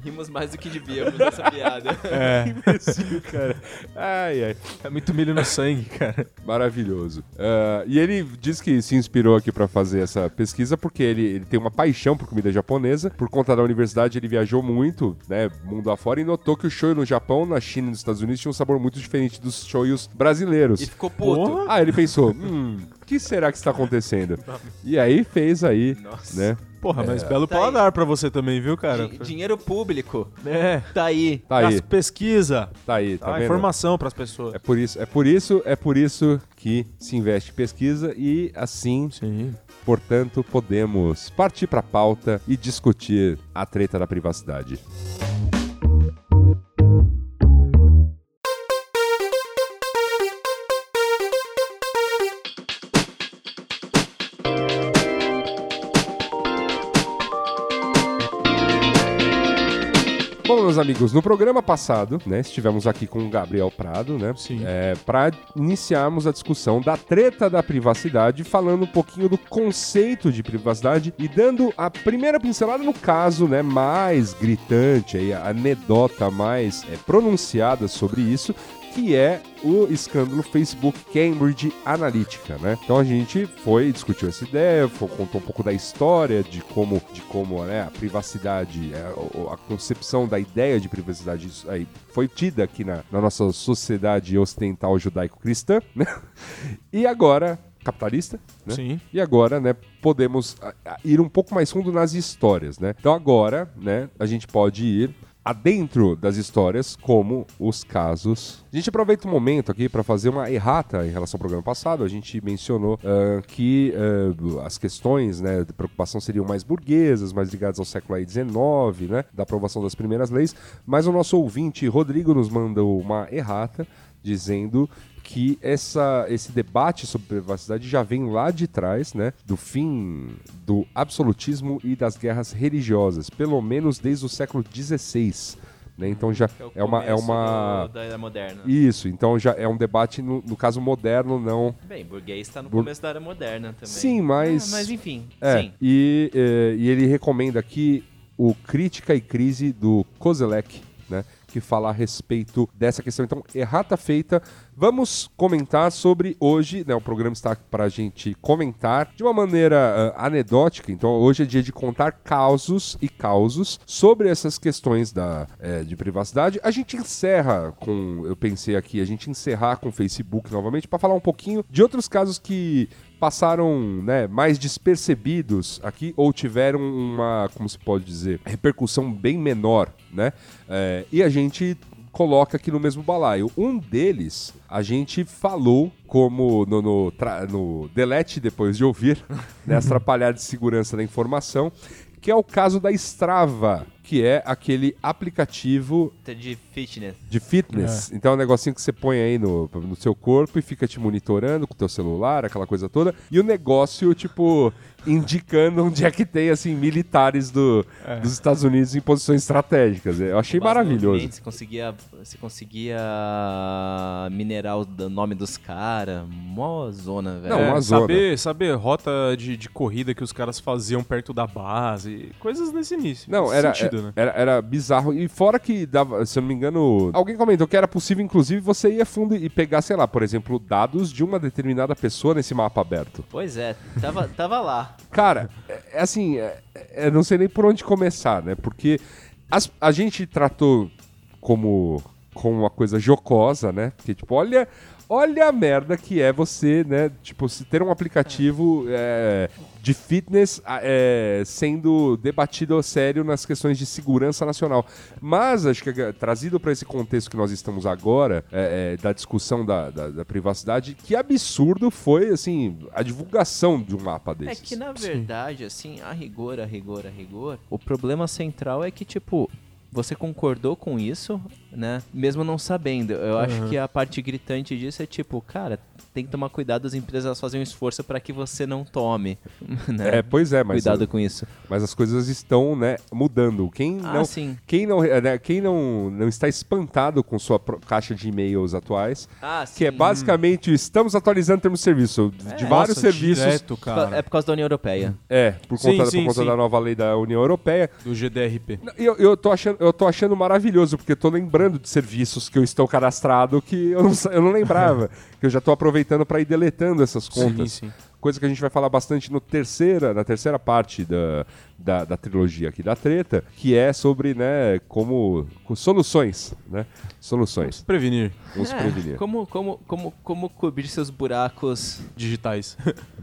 S4: Rimos mais do que devíamos nessa piada.
S3: É. Imbecil, cara. Ai, ai.
S6: É muito milho no sangue, cara.
S3: Maravilhoso. Ah, e ele diz que se inspirou aqui pra fazer essa pesquisa porque ele, ele tem uma paixão por comida japonesa. Por conta da universidade, ele viajou muito, né, mundo afora, e notou que o shoyu no Japão, na China e nos Estados Unidos tinha um sabor muito diferente dos shoyus brasileiros.
S4: E ficou puto.
S6: Porra.
S3: Ah, ele pensou, hum, o que será que está acontecendo? E aí fez aí,
S4: Nossa.
S3: né?
S6: Porra, mas belo
S4: Tá
S6: paladar pra você também, viu, cara?
S4: Di- dinheiro público.
S6: É.
S4: Tá aí.
S3: Tá aí,
S6: As pesquisa.
S3: tá aí, tá
S6: a
S3: vendo?
S6: Ah, informação pras pessoas.
S3: É por isso, é por isso, é por isso que se investe em pesquisa e assim
S6: Sim.
S3: Portanto, podemos partir para a pauta e discutir a treta da privacidade. Bom, meus amigos, no programa passado, né, estivemos aqui com o Gabriel Prado, né,
S6: Sim.
S3: para iniciarmos a discussão da treta da privacidade, falando um pouquinho do conceito de privacidade e dando a primeira pincelada no caso, né, mais gritante, aí, a anedota mais é, pronunciada sobre isso, que é o escândalo Facebook Cambridge Analytica, né? Então a gente foi discutiu essa ideia, foi, contou um pouco da história de como de como né, a privacidade, é, o- o- a concepção da ideia de privacidade isso aí foi tida aqui na, na nossa sociedade ocidental judaico-cristã, né? E agora capitalista, né?
S6: Sim.
S3: E agora, né, podemos a- a- ir um pouco mais fundo nas histórias, né? Então agora, né, a gente pode ir adentro das histórias, como os casos. A gente aproveita o momento aqui para fazer uma errata em relação ao programa passado. A gente mencionou ah, que ah, as questões, né, de preocupação seriam mais burguesas, mais ligadas ao século aí XIX, né, da aprovação das primeiras leis. Mas o nosso ouvinte Rodrigo nos mandou uma errata dizendo que essa, esse debate sobre privacidade já vem lá de trás, né? Do fim do absolutismo e das guerras religiosas, pelo menos desde o século XVI. Né? Então já
S4: o
S3: é uma. É
S4: começo
S3: uma...
S4: do- da era moderna.
S3: Isso, então já é um debate, no, no caso, moderno, não.
S4: Bem, burguês tá no
S3: Bur-
S4: começo da era moderna também.
S3: Sim, mas-
S4: Ah, mas enfim,
S3: É,
S4: sim.
S3: E, eh, e ele recomenda aqui o Crítica e Crise do Kozelek, né? Que fala a respeito dessa questão. Então, errata feita. Vamos comentar sobre hoje, né? O programa está para a gente comentar de uma maneira ah, anedótica. Então, hoje é dia de contar causos e causos sobre essas questões da, eh, de privacidade. A gente encerra com, eu pensei aqui, a gente encerrar com o Facebook novamente para falar um pouquinho de outros casos que passaram né, mais despercebidos aqui ou tiveram uma, como se pode dizer, repercussão bem menor, né? É, e a gente coloca aqui no mesmo balaio. Um deles, a gente falou como no, no, tra- no delete depois de ouvir, né, as atrapalhadas de segurança da informação, que é o caso da Strava, que é aquele aplicativo
S4: Tá de fitness.
S3: de fitness. Então é um negocinho que você põe aí no, no seu corpo e fica te monitorando com o teu celular, aquela coisa toda. E o negócio, tipo, indicando onde é que tem, assim, militares do,
S6: É.
S3: dos Estados Unidos em posições estratégicas. Eu achei
S4: Vários
S3: maravilhoso.
S4: movimentos, Você conseguia, você conseguia minerar o d- nome dos caras. Mó zona, velho.
S3: Não, É uma zona.
S6: É, Saber, saber rota de, de corrida que os caras faziam perto da base, coisas nesse início.
S3: Não,
S6: nesse
S3: era, é,
S6: sentido,
S3: era,
S6: né?
S3: era, bizarro. E fora que dava, se eu não me engano, alguém comentou que era possível, inclusive, você ir a fundo e pegar, sei lá, por exemplo, dados de uma determinada pessoa nesse mapa aberto.
S4: Pois é, tava, tava lá.
S3: Cara, é- é assim, é- é- eu não sei nem por onde começar, né? Porque as- a gente tratou como, como uma coisa jocosa, né? Porque, tipo, olha. Olha a merda que é você, né? Tipo, se ter um aplicativo é, de fitness a- é, sendo debatido a sério nas questões de segurança nacional. Mas acho que é, trazido para esse contexto que nós estamos agora, é, é, da discussão da, da- da privacidade, que absurdo foi, assim, a divulgação de um mapa
S4: É
S3: desses.
S4: que na verdade, assim, a rigor, a rigor, a rigor, o problema central é que, tipo, você concordou com isso, né? Mesmo não sabendo. Eu acho que a parte gritante disso é tipo, cara, tem que tomar cuidado, as empresas fazem um esforço pra que você não tome. Né?
S3: É, pois é, mas,
S4: Cuidado com isso.
S3: mas as coisas estão né, mudando. Quem
S4: Ah,
S3: não,
S4: sim.
S3: quem não, eh, né, quem não, não está espantado com sua pro- caixa de e-mails atuais,
S4: Ah,
S3: que é basicamente estamos atualizando termos de serviço
S6: É.
S3: de vários
S6: Nossa,
S3: serviços.
S6: Direto, cara,
S4: É por causa da União Europeia.
S3: É, por
S6: Sim,
S3: conta, por
S6: sim,
S3: conta
S6: sim.
S3: da nova lei da União Europeia.
S6: do GDRP.
S3: Não, Eu, eu, tô achando, eu tô achando maravilhoso, porque eu tô lembrando de serviços que eu estou cadastrado que eu não, sa- eu não lembrava. que eu já tô aproveitando para ir deletando essas contas.
S6: sim.
S3: Coisa que a gente vai falar bastante no terceira, na terceira parte da, da, da trilogia aqui da treta, que é sobre, né, como. com soluções, né? Soluções.
S6: Prevenir
S3: Vamos prevenir.
S4: É. como, como, como, como cobrir seus buracos
S6: digitais.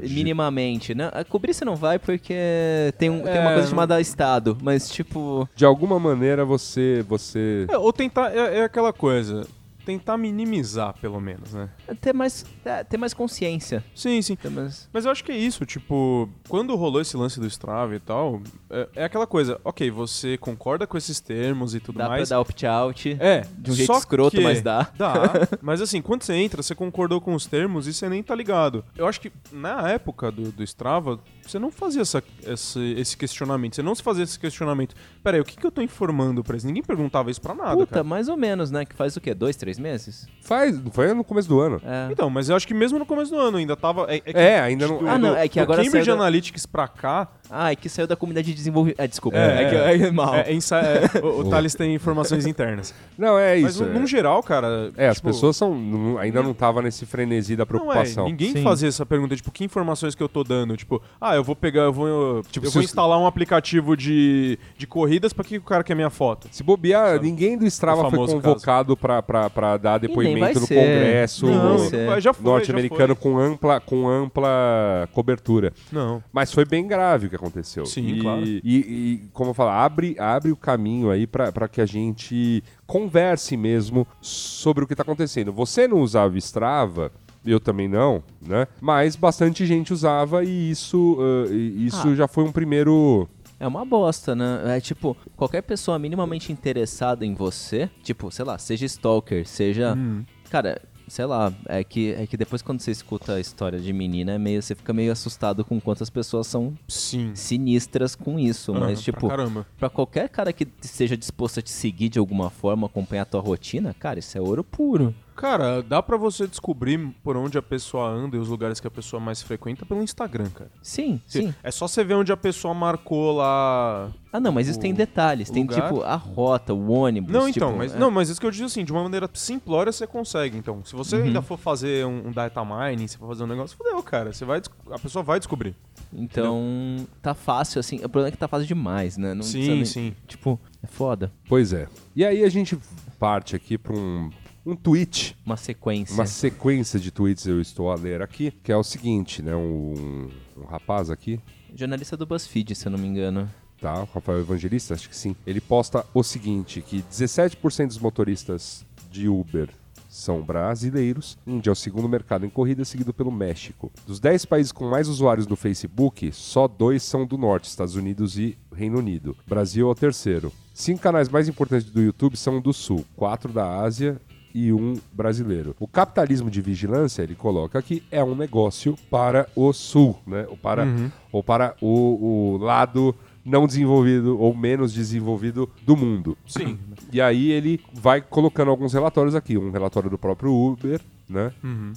S4: minimamente, né? Ah, Cobrir você não vai porque tem, um,
S6: É.
S4: tem uma coisa chamada Estado, mas tipo...
S3: De alguma maneira você. você.
S6: É, ou tentar, é, é aquela coisa, tentar minimizar, pelo menos, né?
S4: Ter mais, é, ter mais consciência.
S6: Sim, sim.
S4: Ter mais...
S6: Mas eu acho que é isso, tipo, quando rolou esse lance do Strava e tal, é, é aquela coisa, ok, você concorda com esses termos e tudo
S4: Dá
S6: mais.
S4: pra dar opt-out.
S6: É,
S4: De um jeito
S6: só
S4: escroto,
S6: que-
S4: mas dá.
S6: Dá. Mas assim, quando você entra, você concordou com os termos e você nem tá ligado. Eu acho que na época do, do Strava, você não fazia essa, esse, esse questionamento. Você não se fazia esse questionamento. Pera aí, o que, que eu tô informando pra eles? Ninguém perguntava isso pra nada,
S4: Puta,
S6: cara.
S4: mais ou menos, né? Que faz o quê? Dois, três meses?
S3: Faz. Foi no começo do ano.
S4: É.
S6: Então, mas eu acho que mesmo no começo do ano ainda tava. É, que,
S3: É, ainda não-
S6: do-
S4: Ah, não,
S6: do-
S4: é que
S6: do
S4: agora
S6: Cambridge
S4: saiu da-
S6: Analytics pra cá.
S4: Ah, é que saiu da comunidade de desenvolvimento. É, desculpa.
S6: É,
S4: É, que é, mal.
S6: é, é insa- é, o, o Thales tem informações internas.
S3: Não, é
S6: Mas
S3: isso.
S6: num
S3: é.
S6: geral, cara.
S3: É, as
S6: tipo,
S3: pessoas são, não- ainda não tava nesse frenesi da
S6: Não é,
S3: preocupação.
S6: ninguém
S4: Sim.
S6: fazia essa pergunta, tipo, que informações que eu tô dando? Tipo, ah, eu vou pegar, eu vou, eu,
S3: Tipo,
S6: eu
S3: se
S6: vou
S3: os-
S6: instalar um aplicativo de, de corridas, pra que o cara quer minha foto?
S3: Se bobear, ninguém do Strava
S6: O
S3: foi
S6: famoso
S3: convocado pra, pra, pra dar
S4: nem vai
S3: depoimento no
S4: ser.
S3: Congresso
S4: Não,
S3: no-
S4: isso é-
S6: já foi,
S3: norte-americano
S6: já
S3: com ampla, com ampla cobertura.
S6: foi. Não.
S3: Mas foi bem grave o que aconteceu.
S6: Sim,
S3: e,
S6: claro.
S3: E, e, como eu falo, abre, abre o caminho aí para que a gente converse mesmo sobre o que está acontecendo. Você não usava o Strava, eu também não, né? Mas bastante gente usava e isso, ah, e isso
S4: Ah.
S3: já foi um primeiro.
S4: É uma bosta, né? É tipo, qualquer pessoa minimamente interessada em você, tipo, sei lá, seja stalker, seja.
S6: Hum.
S4: Cara, sei lá, é que, é que depois quando você escuta a história de menina, é meio, você fica meio assustado com quantas pessoas são
S6: Sim.
S4: sinistras com isso.
S6: Ah,
S4: mas,
S6: pra
S4: tipo,
S6: caramba.
S4: pra qualquer cara que esteja disposto a te seguir de alguma forma, acompanhar a tua rotina, cara, isso é ouro puro.
S6: Cara, dá pra você descobrir por onde a pessoa anda e os lugares que a pessoa mais frequenta pelo Instagram, cara.
S4: Sim,
S6: Se-
S4: sim.
S6: É só você ver onde a pessoa marcou lá.
S4: Ah, não, mas isso
S6: O
S4: tem detalhes. Tem,
S6: lugar-
S4: tipo, a rota, o ônibus.
S6: Não,
S4: tipo,
S6: então, mas,
S4: é.
S6: não, mas isso que eu digo assim, de uma maneira simplória você consegue. Então, se
S4: Uhum.
S6: você ainda for fazer um, um data mining, se for fazer um negócio, fodeu, cara. Você vai, des- a pessoa vai descobrir.
S4: Então, tá fácil, assim. O problema é que tá fácil demais, né? Não
S6: Sim,
S4: precisa nem-
S6: sim.
S4: Tipo, é foda.
S3: Pois é. E aí a gente parte aqui para um, um tweet
S4: Uma sequência.
S3: Uma sequência de tweets eu estou a ler aqui, que é o seguinte, né? Um, um rapaz aqui,
S4: Jornalista do BuzzFeed, se eu não me engano.
S3: tá? O Rafael Evangelista, acho que sim. Ele posta o seguinte, que 17% dos motoristas de Uber são brasileiros. Índia é o segundo mercado em corrida, seguido pelo México. Dos 10 países com mais usuários do Facebook, só dois são do norte, Estados Unidos e Reino Unido. Brasil é o terceiro. Cinco canais mais importantes do YouTube são do Sul, quatro da Ásia e um brasileiro. O capitalismo de vigilância, ele coloca aqui, é um negócio para o Sul, né? Ou para, ou para o, o lado não desenvolvido ou menos desenvolvido do mundo.
S6: Sim.
S3: E aí ele vai colocando alguns relatórios aqui. Um relatório do próprio Uber, né?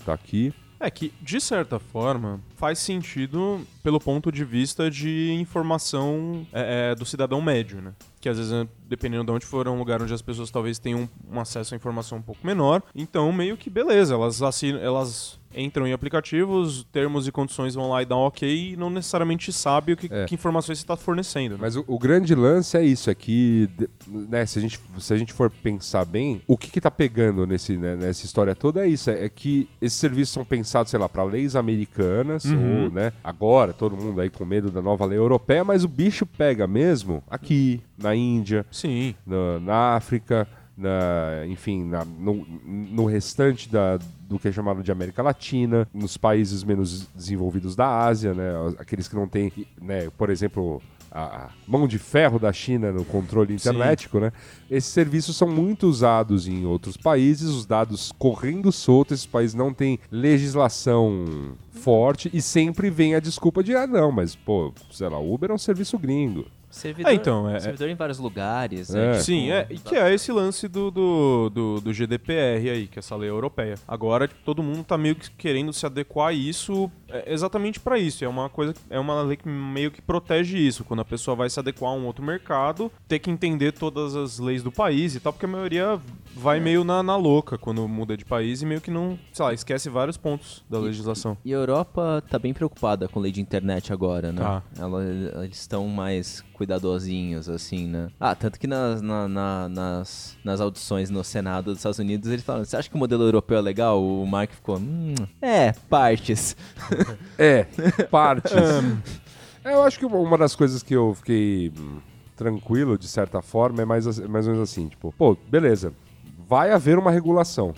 S3: Tá aqui.
S6: É que, de certa forma, faz sentido pelo ponto de vista de informação é, é, do cidadão médio, né? Que às vezes, dependendo de onde for, é um lugar onde as pessoas talvez tenham um acesso à informação um pouco menor. Então, meio que beleza, elas assinam, elas entram em aplicativos, termos e condições vão lá e dão ok e não necessariamente sabe o que, que informações você está fornecendo. Né?
S3: Mas o, o grande lance é isso, é que de- né, se, a gente, se a gente for pensar bem, o que que tá pegando nesse, né, nessa história toda é isso, é, é que esses serviços são pensados, sei lá, para leis americanas, ou, né, agora todo mundo aí com medo da nova lei europeia, mas o bicho pega mesmo aqui, na Índia,
S6: Sim.
S3: na, na África, na, enfim, na- no, no restante da, do que é chamado de América Latina, nos países menos desenvolvidos da Ásia, né? Aqueles que não têm, né, por exemplo. A a mão de ferro da China no controle internético, né? Esses serviços são muito usados em outros países, os dados correndo solto, esses países não têm legislação forte e sempre vem a desculpa de, ah, não, mas, pô, sei lá, Uber é um serviço gringo.
S4: Servidor,
S6: É, então, é-
S4: servidor em vários lugares.
S3: É.
S4: né? Tipo,
S6: Sim, é, e que é esse lance do, do, do, do GDPR aí, que é essa lei europeia. Agora tipo, todo mundo tá meio que querendo se adequar a isso é, exatamente para isso. É uma coisa, é uma lei que meio que protege isso. Quando a pessoa vai se adequar a um outro mercado, ter que entender todas as leis do país e tal, porque a maioria vai meio na, na louca quando muda de país e meio que não, sei lá, esquece vários pontos da legislação.
S4: E a Europa tá bem preocupada com lei de internet agora, né?
S6: Tá.
S4: Ela- eles estão mais cuidadosinhos, assim, né? Ah, tanto que nas, na- na- nas, nas audições no Senado dos Estados Unidos, eles falaram, você acha que o modelo europeu é legal? O Mark ficou, hum, é, partes.
S3: É, partes. É, eu acho que uma- uma das coisas que eu fiquei hum, tranquilo, de certa forma, é mais, ass- mais ou menos assim, tipo, pô, beleza, vai haver uma regulação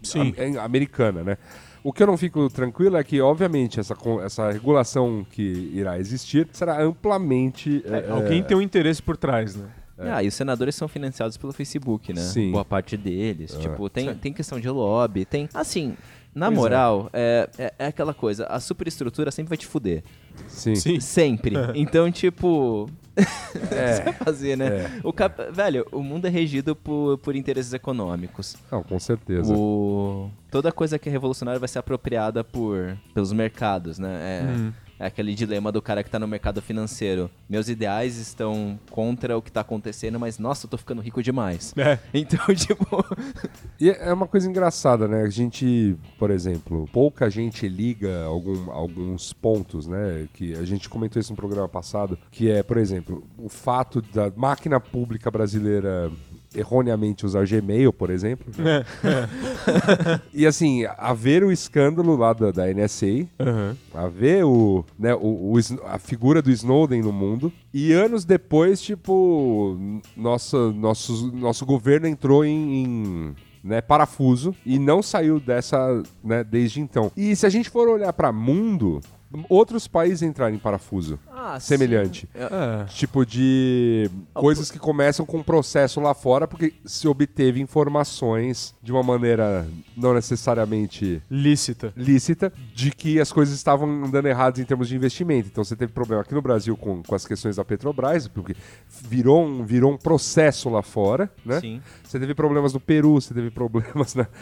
S6: Sim.
S3: am- em- americana, né? O que eu não fico tranquilo é que, obviamente, essa, con- essa regulação que irá existir será amplamente... é, é,
S6: Alguém tem um interesse por trás, né?
S4: Ah, e os senadores são financiados pelo Facebook, né?
S3: Sim.
S4: Boa parte deles. Tipo, tem, tem questão de lobby, tem. Assim, na moral, é. É, é aquela coisa, a superestrutura sempre vai te fuder.
S3: sim.
S6: Sim.
S4: Sempre. Então, tipo. É. Você vai fazer, né? O cap... Velho, o mundo é regido por, por interesses econômicos.
S3: Não, com certeza.
S4: O... Toda coisa que é revolucionária vai ser apropriada por pelos mercados, né? É,
S6: Uhum.
S4: é aquele dilema do cara que tá no mercado financeiro. Meus ideais estão contra o que tá acontecendo, mas nossa, eu tô ficando rico demais.
S6: É.
S4: Então, tipo.
S3: E é uma coisa engraçada, né? A gente, por exemplo, pouca gente liga algum- alguns pontos, né? Que a gente comentou isso no programa passado, que é, por exemplo, o fato da máquina pública brasileira erroneamente usar Gmail, por exemplo. né? e assim, haver o escândalo lá da, da NSA, haver o, né, o, o Sn- a figura do Snowden no mundo, e anos depois, tipo, nossa, nosso, nosso governo entrou em- em né, parafuso e não saiu dessa, né, desde então. E se a gente for olhar para mundo, outros países entraram em parafuso
S4: Ah,
S3: semelhante.
S6: É.
S3: Tipo de coisas que começam com um processo lá fora porque se obteve informações de uma maneira não necessariamente
S6: Lícita.
S3: lícita de que as coisas estavam andando erradas em termos de investimento. Então você teve problema aqui no Brasil com, com as questões da Petrobras, porque virou um, virou um processo lá fora, né?
S4: Sim.
S3: Você teve problemas no Peru, você teve problemas na.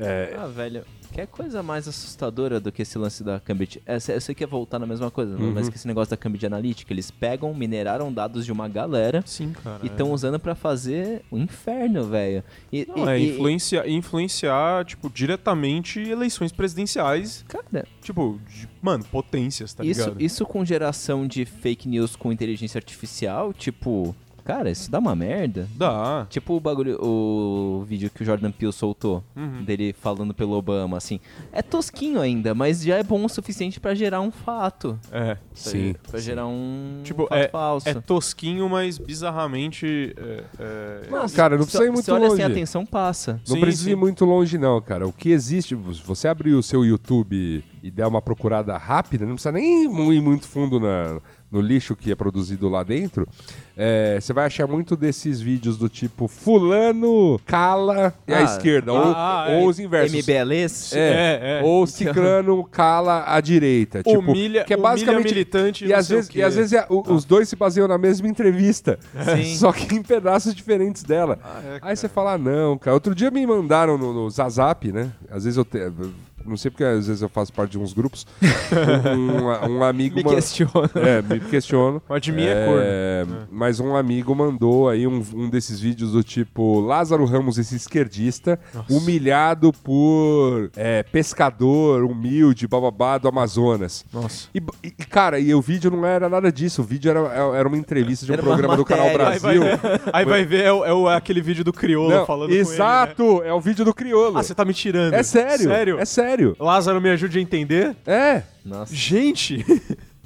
S3: É,
S4: Ah, velho, que coisa mais assustadora do que esse lance da Cambridge? É, Eu sei que é voltar na mesma coisa,
S6: Uhum.
S4: mas que esse negócio da Cambridge Analytica, eles pegam, mineraram dados de uma galera
S6: Sim, cara.
S4: e estão usando pra fazer o inferno, velho. E-
S6: Não,
S4: e-
S6: é
S4: e-
S6: influencia, influenciar, tipo, diretamente eleições presidenciais,
S4: Cara,
S6: tipo, de- mano, potências, tá
S4: isso,
S6: ligado?
S4: isso com geração de fake news com inteligência artificial, tipo. Cara, isso dá uma merda.
S6: Dá.
S4: Tipo o bagulho, o vídeo que o Jordan Peele soltou,
S3: Uhum.
S4: dele falando pelo Obama, assim. É tosquinho ainda, mas já é bom o suficiente pra gerar um fato.
S6: É.
S4: Pra-
S3: Sim,
S4: Pra gerar um
S6: Tipo,
S4: fato
S6: é,
S4: falso.
S6: é tosquinho, mas bizarramente. é, é,
S3: Não, cara, não precisa ir muito
S4: se olha
S3: longe.
S4: sem atenção, passa.
S3: Não
S6: Sim,
S3: precisa ir
S6: sim.
S3: muito longe, não, cara. O que existe, se você abrir o seu YouTube e der uma procurada rápida, não precisa nem ir mu- ir muito fundo na- no lixo que é produzido lá dentro. é, você vai achar muito desses vídeos do tipo Fulano cala e à
S4: Ah,
S3: esquerda, ou,
S6: ah, ah,
S3: ou
S6: é.
S3: os inversos.
S4: MBLs?
S3: É,
S6: É, é.
S3: Ou Cicrano cala à direita. Tipo,
S6: Humilha-
S3: que é
S6: humilha
S3: basicamente.
S6: militante,
S3: e,
S6: não
S3: às
S6: sei o
S3: vezes,
S6: quê. Tá. É.
S3: e às vezes é- o- os dois se baseiam na mesma entrevista.
S4: Sim.
S3: Só que em pedaços diferentes dela. Aí você fala, "Ah, não, cara. Outro dia me mandaram no, no Zazap, né? Às vezes eu. te- eu Não sei porque às vezes eu faço parte de uns grupos. um, um amigo.
S4: Me
S3: man-
S4: questiona.
S3: É, me questiono.
S6: Mas de mim é corno.
S3: Mas um amigo mandou aí um, um desses vídeos do tipo Lázaro Ramos, esse esquerdista, humilhado por é, pescador humilde, bababá do Amazonas.
S6: Nossa.
S3: E, e, cara, e o vídeo não era nada disso. O vídeo era, era uma entrevista de um
S4: Era uma
S3: programa do Canal
S4: matéria.
S6: Aí vai,
S3: Brasil.
S6: aí vai ver, é, o- é o- é aquele vídeo do Criolo
S3: Não,
S6: falando com ele. né?
S3: exato, é o vídeo do Criolo.
S6: Ah, você tá me tirando.
S3: é sério,
S6: Sério?
S3: É sério.
S6: Lázaro, me ajude a entender?
S3: É.
S4: Nossa.
S6: Gente!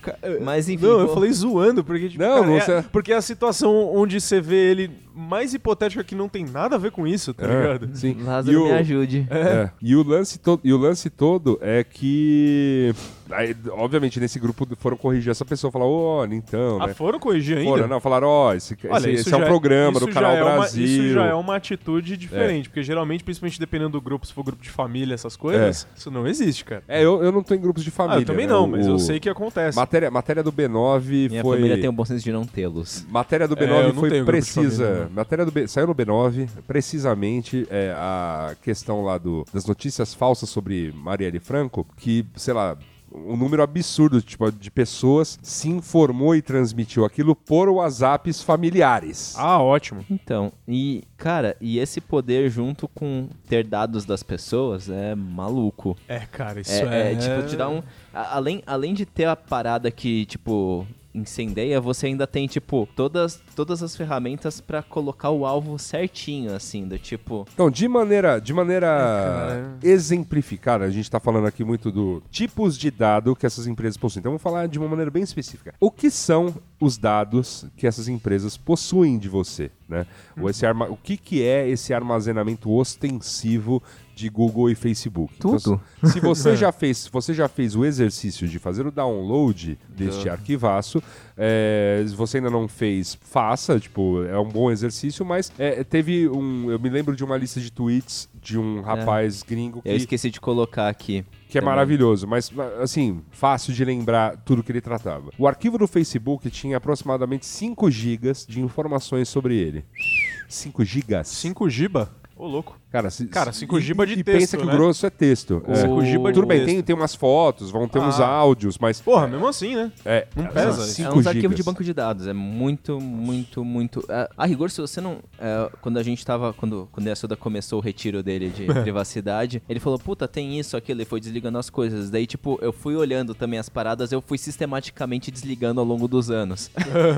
S6: Ca-
S4: Mas enfim.
S6: Não, eu
S4: pô,
S6: falei zoando, porque tipo,
S3: Não,
S6: cara,
S3: não
S6: é-
S3: sei.
S6: porque é a situação onde você vê ele mais hipotética que não tem nada a ver com isso,
S3: É.
S6: tá ligado?
S3: Sim. E
S4: Lázaro,
S3: o-
S4: me ajude.
S3: É. E, o lance todo, e o lance todo é que. aí, obviamente, nesse grupo foram corrigir essa pessoa falar, olha, então.
S6: Ah,
S3: né?
S6: foram corrigir ainda?
S3: Foram, não, falaram, ó, esse,
S6: Olha,
S3: esse-
S6: isso
S3: esse é um
S6: já
S3: programa
S6: isso
S3: do
S6: já
S3: Canal
S6: é uma-
S3: Brasil. É.
S6: isso já é uma atitude diferente, porque geralmente, principalmente dependendo do grupo, se for grupo de família, essas coisas, isso não existe, cara.
S3: É, eu, eu não tô em grupos de
S6: Ah,
S3: família.
S6: eu também
S3: né?
S6: não,
S3: O-
S6: mas eu
S3: o-
S6: sei que é acontece.
S3: Matéria, matéria do B9
S4: Minha
S3: foi.
S4: família tem um o bom senso de não tê-los.
S3: Matéria do
S6: É, eu
S3: B9
S6: não
S3: foi
S6: tenho grupo de
S3: precisa.
S6: família, não.
S3: matéria do B, saiu no B9, precisamente é, a questão lá do, das notícias falsas sobre Marielle Franco, que, sei lá. Um número absurdo tipo, de pessoas se informou e transmitiu aquilo por WhatsApps familiares.
S6: Ah, ótimo.
S4: Então, e, cara, e esse poder junto com ter dados das pessoas é maluco.
S6: É, cara, isso
S4: É,
S6: é...
S4: é, tipo, te dá um. a- Além, além de ter a parada que, tipo, incendeia, você ainda tem, tipo, todas, todas as ferramentas pra colocar o alvo certinho, assim, do tipo.
S3: Então, de maneira, de maneira exemplificada, a gente está falando aqui muito do tipos de dado que essas empresas possuem. Então, vamos falar de uma maneira bem específica. O que são os dados que essas empresas possuem de você, né? Ou esse arma... O que, que é esse armazenamento ostensivo de Google e Facebook? Então,
S4: Tudo.
S3: se você já fez, se você já fez o exercício de fazer o download deste arquivaço, é, se você ainda não fez, faça, tipo, é um bom exercício, mas é, teve um, eu me lembro de uma lista de tweets de um rapaz gringo
S4: É. Eu
S3: que,
S4: esqueci de colocar aqui.
S3: que é
S4: também.
S3: maravilhoso, mas assim, fácil de lembrar tudo que ele tratava. O arquivo do Facebook tinha aproximadamente 5 gigas de informações sobre ele. 5 gigas?
S6: 5 giba? Ô, louco.
S3: Cara, se-
S6: Cara,
S3: se-
S6: cinco
S3: e-
S6: giba de
S3: e
S6: texto,
S3: pensa que
S6: né?
S3: o grosso é texto. É.
S6: Cinco giba de
S3: Tudo bem,
S6: texto.
S3: tem, tem umas fotos, vão ter uns
S6: Ah.
S3: áudios, mas.
S6: Porra, mesmo assim, né?
S3: É,
S6: Não
S3: cara,
S6: pesa
S3: são
S6: isso.
S4: É
S3: cinco
S4: uns arquivos
S3: gigas.
S4: de banco de dados. É muito, muito, muito. A, a rigor, se você não. é, quando a gente tava. Quando, quando o Yasuda começou o retiro dele de privacidade, ele falou: puta, tem isso, aquilo. Ele foi desligando as coisas. Daí, tipo, eu fui olhando também as paradas, eu fui sistematicamente desligando ao longo dos anos.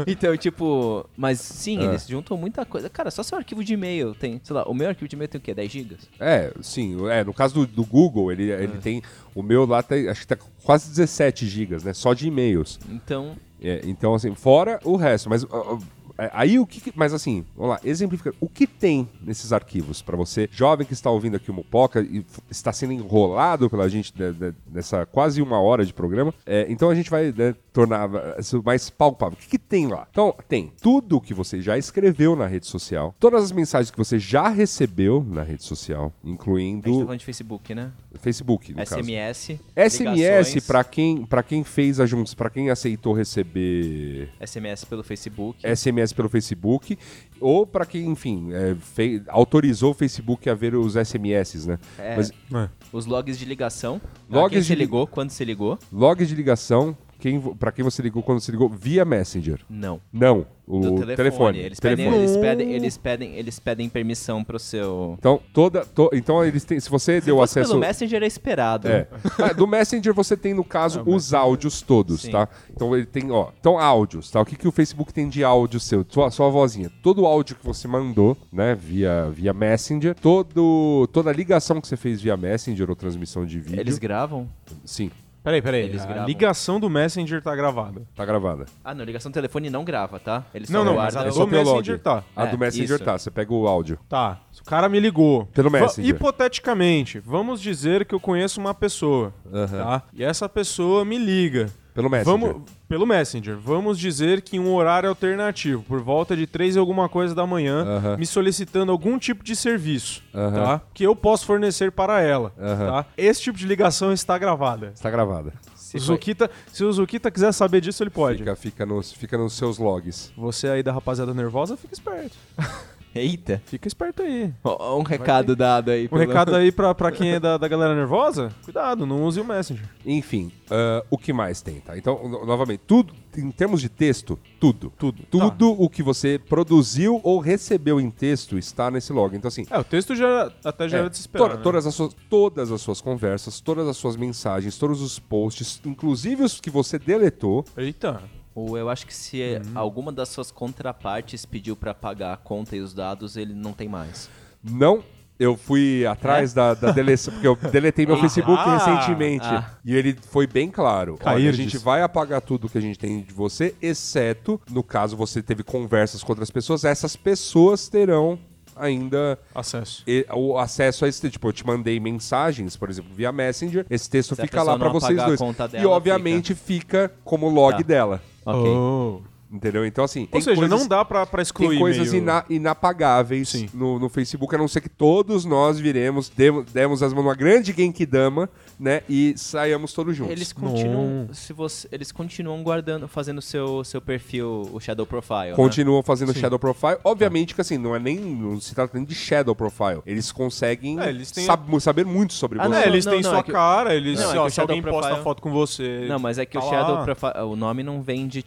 S4: então, tipo. Mas
S3: Ah.
S4: sim, eles juntam muita coisa. Cara, só seu arquivo de e-mail tem. Sei lá, o meu arquivo de e-mail tem o quê? 10 gigas?
S3: É, sim. É, no caso do, do Google, ele,
S6: É.
S3: ele tem. O meu lá tá, acho que tá quase 17 gigas, né? Só de e-mails.
S4: Então.
S3: É, então, assim, fora o resto. Mas ó, ó, é, aí o que. que- Mas assim, vamos lá, exemplificando. O que tem nesses arquivos para você, jovem que está ouvindo aqui o Mupoca e f- está sendo enrolado pela gente de- de- nessa quase uma hora de programa? é, então a gente vai né, tornar isso mais palpável. O que, que tem lá? Então, tem tudo que você já escreveu na rede social, todas as mensagens que você já recebeu na rede social,
S4: A gente tá
S3: incluindo
S4: falando de Facebook, né?
S3: Facebook, no caso.
S4: SMS.
S3: SMS
S4: ligações,
S3: para quem, pra quem fez a junção, para quem aceitou receber
S4: SMS pelo Facebook.
S3: SMS pelo Facebook ou para quem, enfim, é, fe- autorizou o Facebook a ver os SMS, né?
S4: É.
S3: Mas
S6: É.
S4: Os logs de ligação.
S3: Logs
S4: Logs quem
S3: de
S4: se
S3: li-
S4: ligou, quando se ligou.
S3: logs de ligação, quem, vo- pra quem você ligou quando você ligou via Messenger.
S4: Não.
S3: Não, o
S4: Do
S3: telefone.
S4: telefone. Eles, Pedem,
S3: telefone.
S4: eles, pedem, eles, pedem, eles pedem permissão pro seu.
S3: Então, toda, to- então eles têm, se você deu
S4: Fosse
S3: acesso
S4: Pelo Messenger é esperado.
S3: É. Ah, Do Messenger você tem, no caso, os áudios todos,
S4: Ah, Sim.
S3: tá? Então ele tem, ó. Então, áudios, tá? O que, que o Facebook tem de áudio seu? Sua, sua vozinha. Todo o áudio que você mandou, né, via, via Messenger, todo, toda a ligação que você fez via Messenger ou transmissão de vídeo.
S4: Eles gravam?
S3: Sim,
S6: Peraí, peraí.
S4: Eles
S6: a
S4: gravam.
S6: ligação do Messenger tá gravada.
S3: tá gravada.
S4: Ah, não, ligação do telefone não grava, tá? Eles
S6: Não,
S4: só
S6: não,
S4: guardam.
S6: mas
S3: Só
S6: do
S3: tem o log.
S6: Messenger tá.
S3: A do
S4: É,
S3: Messenger
S4: isso.
S3: tá, você pega o áudio.
S6: Tá. Se o cara me ligou.
S3: Pelo
S6: Va-
S3: Messenger.
S6: Hipoteticamente, vamos dizer que eu conheço uma pessoa. Tá? E essa pessoa me liga.
S3: Pelo Messenger.
S6: Vamos, pelo Messenger. Vamos dizer que em um horário alternativo, por volta de três e alguma coisa da manhã,
S3: Aham.
S6: me solicitando algum tipo de serviço,
S3: Aham.
S6: tá? Que eu posso fornecer para ela,
S3: Aham.
S6: tá? Esse tipo de ligação está gravada.
S3: Está gravada.
S6: Se, Zukita, se o Zukita quiser saber disso, ele pode.
S3: Fica, fica, nos, fica nos seus logs.
S6: Você aí da rapaziada nervosa, fica esperto.
S4: Eita.
S6: Fica esperto aí.
S4: Ó, Um recado dado aí.
S6: Um recado aí pra, pra quem é da, da galera nervosa, cuidado, não use o Messenger.
S3: Enfim, ah, o que mais tem, tá? Então, no- novamente, tudo, em termos de texto, tudo. Tudo.
S6: Tá.
S3: Tudo o que você produziu ou recebeu em texto está nesse log. Então, assim.
S6: É, o texto já até já
S3: é,
S6: era de se esperar,
S3: to-
S6: né?
S3: todas, as suas, todas as suas conversas, todas as suas mensagens, todos os posts, inclusive os que você deletou,
S6: Eita.
S4: Ou eu acho que se alguma das suas contrapartes pediu pra pagar a conta e os dados, ele não tem mais.
S3: não. Eu fui atrás
S4: É?
S3: da, da deleção, porque eu deletei meu Facebook
S6: Ah!
S3: recentemente.
S4: Ah.
S3: E ele foi bem claro. Olha, a
S6: Cairdes.
S3: gente vai apagar tudo que a gente tem de você, exceto no caso você teve conversas com outras pessoas, essas pessoas terão ainda
S6: Acesso.
S3: e- o acesso a esse tipo eu te mandei mensagens por exemplo via messenger esse texto
S4: Se a
S3: fica lá
S4: pessoa
S3: pra
S4: não
S3: vocês
S4: apagar a
S3: dois
S4: conta
S3: e
S4: dela,
S3: obviamente fica, como log
S4: Tá.
S3: dela
S4: Ok.
S6: Oh.
S3: entendeu então assim
S6: Ou
S3: tem
S6: seja,
S3: coisas-
S6: não dá pra, pra excluir
S3: tem coisas
S6: meio...
S3: ina- inapagáveis
S6: Sim.
S3: no, no Facebook, a não ser que todos nós viremos, demos, demos as mãos numa grande Genkidama, né? E saiamos todos juntos.
S4: Eles continuam, se você, eles continuam guardando, fazendo seu seu perfil, o shadow profile. né?
S3: Continuam fazendo Shadow
S6: Tá.
S3: Profile. Obviamente que assim, não é nem. Não se trata nem de Shadow Profile. Eles conseguem
S6: É, eles têm-
S3: sab- saber muito sobre
S4: Ah,
S3: você.
S4: não,
S6: É, eles
S4: não,
S6: têm
S4: não,
S6: sua
S4: é que-
S6: cara, eles...
S4: Não, é
S6: ó,
S4: que o
S6: se alguém
S4: Shadow
S6: posta
S4: Profile-
S6: foto com você...
S4: Não, mas é que
S6: tá
S4: o
S6: lá.
S4: Shadow Profile, o nome não vem de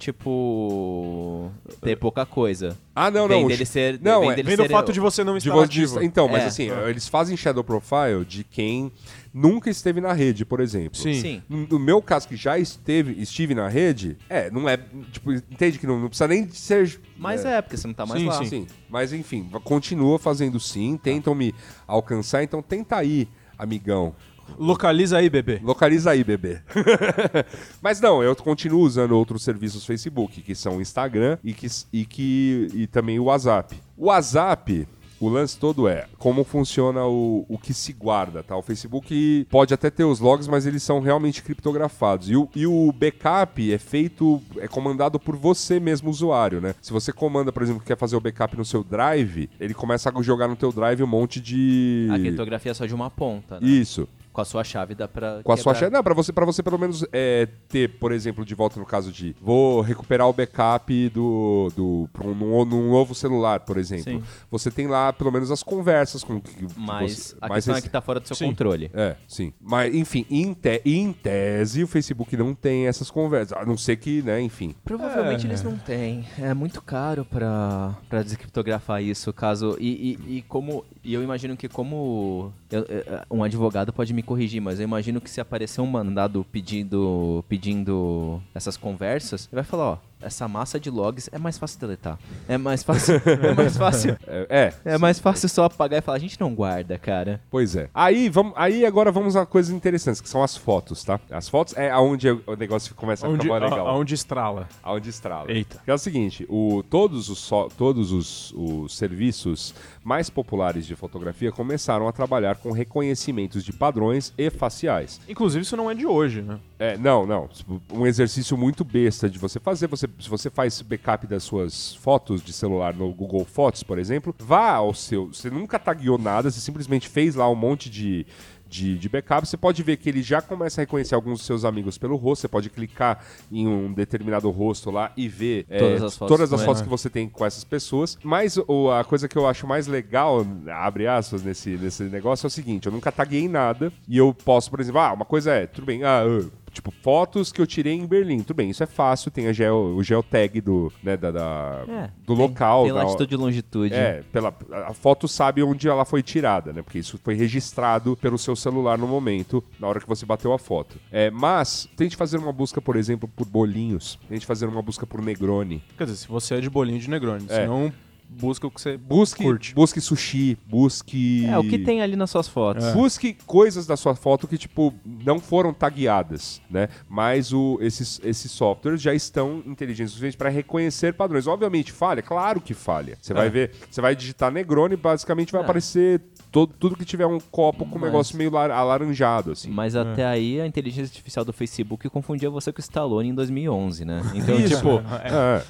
S4: tipo ter pouca coisa.
S3: É. Ah, não,
S4: vem
S3: não, o
S4: Dele
S3: sh-
S4: ser,
S3: não,
S4: vem
S3: é-
S4: dele
S6: Vem do
S4: ser
S6: fato de você não
S3: De
S6: estar
S3: vo-
S6: ativo.
S3: de- então, mas
S4: É.
S3: assim, eles fazem shadow profile de quem nunca esteve na rede, por exemplo.
S6: Sim.
S4: Sim.
S3: No no meu caso, que já esteve, estive na rede, é, não é. Tipo, entende que não, não precisa nem de ser.
S4: Mas é, porque você não tá mais
S6: Sim,
S4: lá.
S3: Sim. Mas enfim, va- continua fazendo sim, tentam me alcançar, então tenta aí, amigão.
S6: Localiza aí, bebê.
S3: Localiza aí, bebê. Mas não, eu continuo usando outros serviços Facebook, que são o Instagram e, que, e, que, e também o WhatsApp. O WhatsApp, o lance todo é como funciona o, o que se guarda, tá? O Facebook pode até ter os logs, mas eles são realmente criptografados. E o, e o backup é feito, é comandado por você mesmo, usuário, né? Se você comanda, por exemplo, que quer fazer o backup no seu drive, ele começa a jogar no teu drive um monte de...
S4: A criptografia é só de uma ponta, né?
S3: Isso.
S4: Com a sua chave dá pra
S3: Com a sua
S4: quebrar.
S3: chave. Não, pra você, pra você pelo menos é, ter, por exemplo, de volta no caso de vou recuperar o backup do. do pra um, num, num novo celular, por exemplo.
S4: Sim.
S3: Você tem lá pelo menos as conversas com que. que
S4: Mas
S3: você-
S4: a
S3: mais
S4: questão é
S3: rec-
S4: que tá fora do seu
S6: Sim.
S4: controle.
S3: É, sim. Mas, enfim, em, te- em tese, o Facebook não tem essas conversas. A não ser que, né, enfim.
S4: Provavelmente eles
S3: né?
S4: não têm. É muito caro pra, pra descriptografar isso, caso. E, e, e como. E eu imagino que como. eu- eu- um advogado pode me corrigir, mas eu imagino que se aparecer um mandado pedindo. pedindo essas conversas, ele vai falar, ó, essa massa de logs é mais fácil deletar. É mais fácil. é mais fácil.
S3: É, é,
S4: É mais fácil só apagar e falar, a gente não guarda, cara.
S3: Pois é. Aí, vamos, aí agora vamos a coisas interessantes, que são as fotos, tá? As fotos é onde o negócio começa a
S6: Onde,
S3: ficar mais legal.
S6: a- aonde estrala.
S3: Aonde estrala.
S6: Eita.
S3: Que é o seguinte, o, todos, os, só- todos os, os serviços mais populares de fotografia começaram a trabalhar com reconhecimentos de padrões e faciais.
S6: Inclusive, isso não é de hoje, né?
S3: É, não, não. Um exercício muito besta de você fazer. Você, se você faz backup das suas fotos de celular no Google Fotos, por exemplo, vá ao seu. Você nunca tagueou nada, você simplesmente fez lá um monte de. De, de backup, você pode ver que ele já começa a reconhecer alguns dos seus amigos pelo rosto. Você pode clicar em um determinado rosto lá e ver é,
S4: Todas as fotos né?
S3: todas as
S4: com
S3: fotos
S4: ele.
S3: que você tem com essas pessoas. Mas o- a coisa que eu acho mais legal, abre aspas, nesse, nesse negócio é o seguinte: eu nunca taguei nada e eu posso, por exemplo, ah, uma coisa é, tudo bem, ah, eu- Tipo, fotos que eu tirei em Berlim. Tudo bem, isso é fácil, tem a geo, o geotag do, né, da, da-
S4: É,
S3: do
S4: tem-
S3: local.
S4: Tem
S3: da-
S4: latitude e longitude.
S3: é, pela, a foto sabe onde ela foi tirada, né? Porque isso foi registrado pelo seu celular no momento, na hora que você bateu a foto. É, mas, tente fazer uma busca, por exemplo, por bolinhos. Tente fazer uma busca por Negroni.
S6: Quer dizer, se você é de bolinho de Negroni,
S3: É.
S6: senão busca o que você
S3: Busque,
S6: curte.
S3: busque sushi, busque...
S4: É, o que tem ali nas suas fotos.
S3: Busque coisas da sua foto que, tipo, não foram tagueadas, né? Mas o, esses, esses softwares já estão inteligentes o suficiente para reconhecer padrões. Obviamente, falha? Claro que falha. Você vai ver, você vai digitar Negroni, basicamente
S4: É.
S3: vai aparecer todo, tudo que tiver um copo com um negócio meio lar- alaranjado, assim.
S4: Mas até aí a inteligência artificial do Facebook confundia você com o Stallone em 2011, né? Então,
S3: Isso.
S4: tipo,
S6: É.
S3: Ah,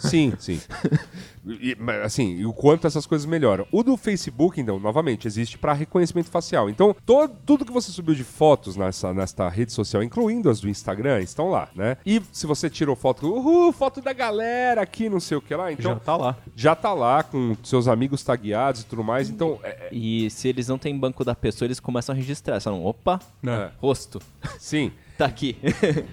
S3: sim, sim. E, mas, assim, e o quanto essas coisas melhoram. O do Facebook, então, novamente, existe para reconhecimento facial. Então, to- tudo que você subiu de fotos nessa, nesta rede social, incluindo as do Instagram, estão lá, né? E se você tirou foto, uhul, foto da galera aqui, não sei o que lá, então.
S6: Já tá lá.
S3: Já tá lá com seus amigos tagueados e tudo mais, então. é-
S4: e se eles não têm banco da pessoa, eles começam a registrar. Falam, opa,
S3: é,
S4: rosto,
S3: sim.
S4: tá aqui.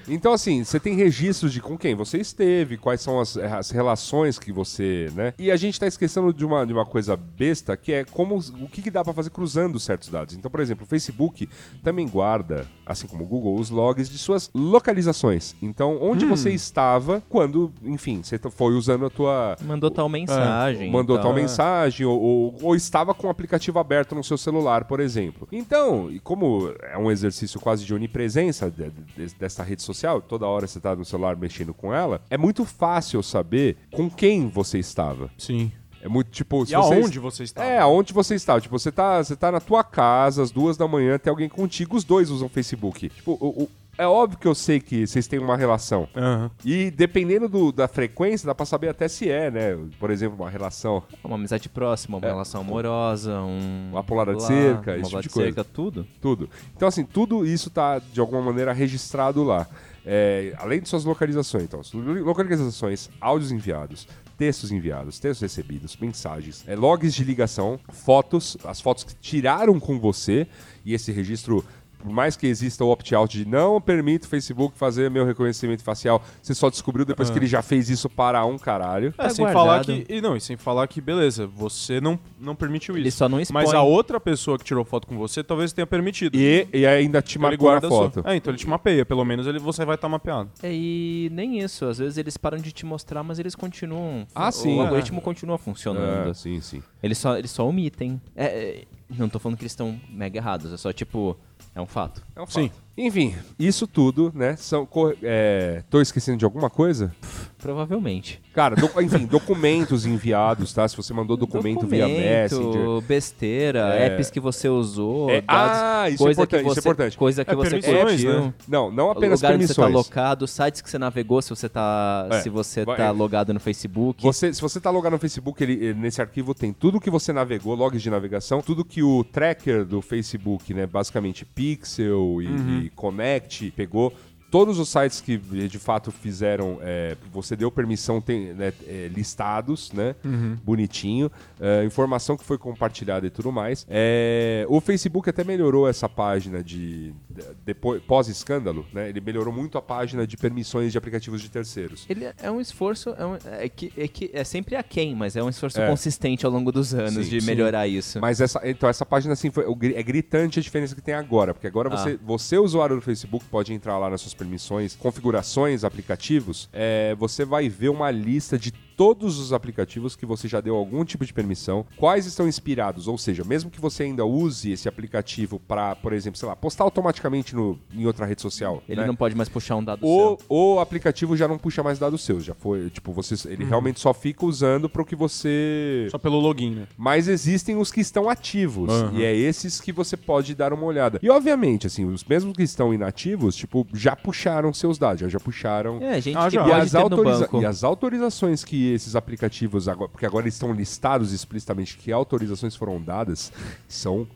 S3: Então, assim, você tem registros de com quem você esteve, quais são as, eh, as relações que você, né? E a gente tá esquecendo de uma, de uma coisa besta, que é como o que, que dá para fazer cruzando certos dados. Então, por exemplo, o Facebook também guarda, assim como o Google, os logs de suas localizações. Então, onde você estava quando, enfim, você t- foi usando a tua...
S4: Mandou tal mensagem. então,
S3: É.
S4: é.
S3: Mandou tal
S4: tal
S3: mensagem, ou, ou- ou estava com o aplicativo aberto no seu celular, por exemplo. Então, e como é um exercício quase de onipresença de- de- dessa rede social, toda hora você está no celular mexendo com ela, é muito fácil saber com quem você estava.
S6: Sim.
S3: É muito tipo.
S6: E aonde você estava?
S3: É, aonde você está. Tipo, você tá, você tá na tua casa, às duas da manhã, tem alguém contigo, os dois usam Facebook. Tipo, o- o- é óbvio que eu sei que vocês têm uma relação.
S6: Aham.
S3: E dependendo do- da frequência, dá pra saber até se é, né? Por exemplo, uma relação.
S4: Uma amizade próxima, uma relação amorosa, um...
S3: É. Uma pulada de
S4: lá,
S3: cerca,
S4: uma
S3: esse tipo
S4: pulada
S3: de coisa.
S4: cerca, tudo.
S3: Tudo. Então, assim, tudo isso tá, de alguma maneira, registrado lá. É, além de suas localizações, então, suas lo- localizações, áudios enviados, textos enviados, textos recebidos, mensagens, é, logs de ligação, fotos, as fotos que tiraram com você, e esse registro, por mais que exista o opt-out de não permito o Facebook fazer meu reconhecimento facial, você só descobriu depois que ele já fez isso para um caralho.
S6: É,
S4: Tá
S6: sem falar
S4: guardado.
S6: que. E não, e sem falar que, beleza, você não, não permitiu isso.
S4: Ele só não expõe.
S6: Mas a outra pessoa que tirou foto com você talvez tenha permitido.
S3: E, e ainda te
S6: Então ele
S3: marcou na
S6: guarda a
S3: foto.
S6: Sua. É, então ele te mapeia, pelo menos ele, você vai estar mapeado.
S4: É, E nem isso, às vezes eles param de te mostrar, mas eles continuam.
S3: Ah, sim,
S4: O
S3: é.
S4: algoritmo continua funcionando.
S3: Ah, sim, sim.
S4: Eles só, eles só omitem. É, é, não tô falando que eles estão mega errados, é só tipo. É um fato.
S3: É um fato.
S6: Sim.
S3: Enfim, isso tudo, né? São. co- É, tô esquecendo de alguma coisa?
S4: Provavelmente.
S3: Cara, docu- enfim, documentos enviados, tá? Se você mandou documento, via Messenger.
S4: besteira,
S3: É.
S4: apps que você usou,
S3: É,
S4: dados,
S3: ah, isso é
S4: coisa
S3: importante,
S4: que
S3: isso é
S4: você,
S3: importante.
S4: Coisa que
S6: É,
S4: você
S6: permissões,
S4: curtiu,
S6: né?
S3: Não, não apenas
S4: lugar onde você tá
S3: permissões.
S4: locado, sites que você navegou, se você tá,
S3: É,
S4: se você
S3: vai-
S4: tá logado no Facebook.
S3: Você- se você tá logado no Facebook, ele, ele- nesse arquivo tem tudo que você navegou, logs de navegação, tudo que o tracker do Facebook, né, basicamente Pixel e, e Connect pegou. Todos os sites que eh, de fato fizeram, eh, você deu permissão, tem né, eh, listados, né? Bonitinho. eh, informação que foi compartilhada e tudo mais. Eh, o Facebook até melhorou essa página de, de- depois, pós-escândalo, né? Ele melhorou muito a página de permissões de aplicativos de terceiros.
S4: Ele é um esforço, é, um- é que, é que é sempre a quem, mas é um esforço
S3: É.
S4: consistente ao longo dos anos
S3: Sim,
S4: de
S3: sim.
S4: melhorar isso.
S3: Mas essa, então, essa página, assim, foi, o gri- é gritante a diferença que tem agora. Porque agora
S4: Ah.
S3: você, você, usuário do Facebook, pode entrar lá nas suas permissões, configurações, aplicativos. é, você vai ver uma lista de todos os aplicativos que você já deu algum tipo de permissão, quais estão inspirados. Ou seja, mesmo que você ainda use esse aplicativo para, por exemplo, sei lá, postar automaticamente no, em outra rede social.
S4: Ele
S3: né?
S4: não pode mais puxar um dado
S3: O,
S4: seu.
S3: o aplicativo já não puxa mais dados seus, já foi, tipo, você, ele
S4: Uhum.
S3: realmente só fica usando para o que você
S6: Só pelo login, né?
S3: mas existem os que estão ativos.
S6: Aham.
S3: E é esses que você pode dar uma olhada. E obviamente, assim, os mesmos que estão inativos, tipo, já puxaram seus dados, já, já puxaram.
S4: É, gente
S6: Ah,
S4: que
S6: já.
S3: E
S4: pode
S3: as,
S4: ter no
S3: autoriza-
S4: banco.
S3: e as autorizações que esses aplicativos agora, porque agora eles estão listados explicitamente que autorizações foram dadas, são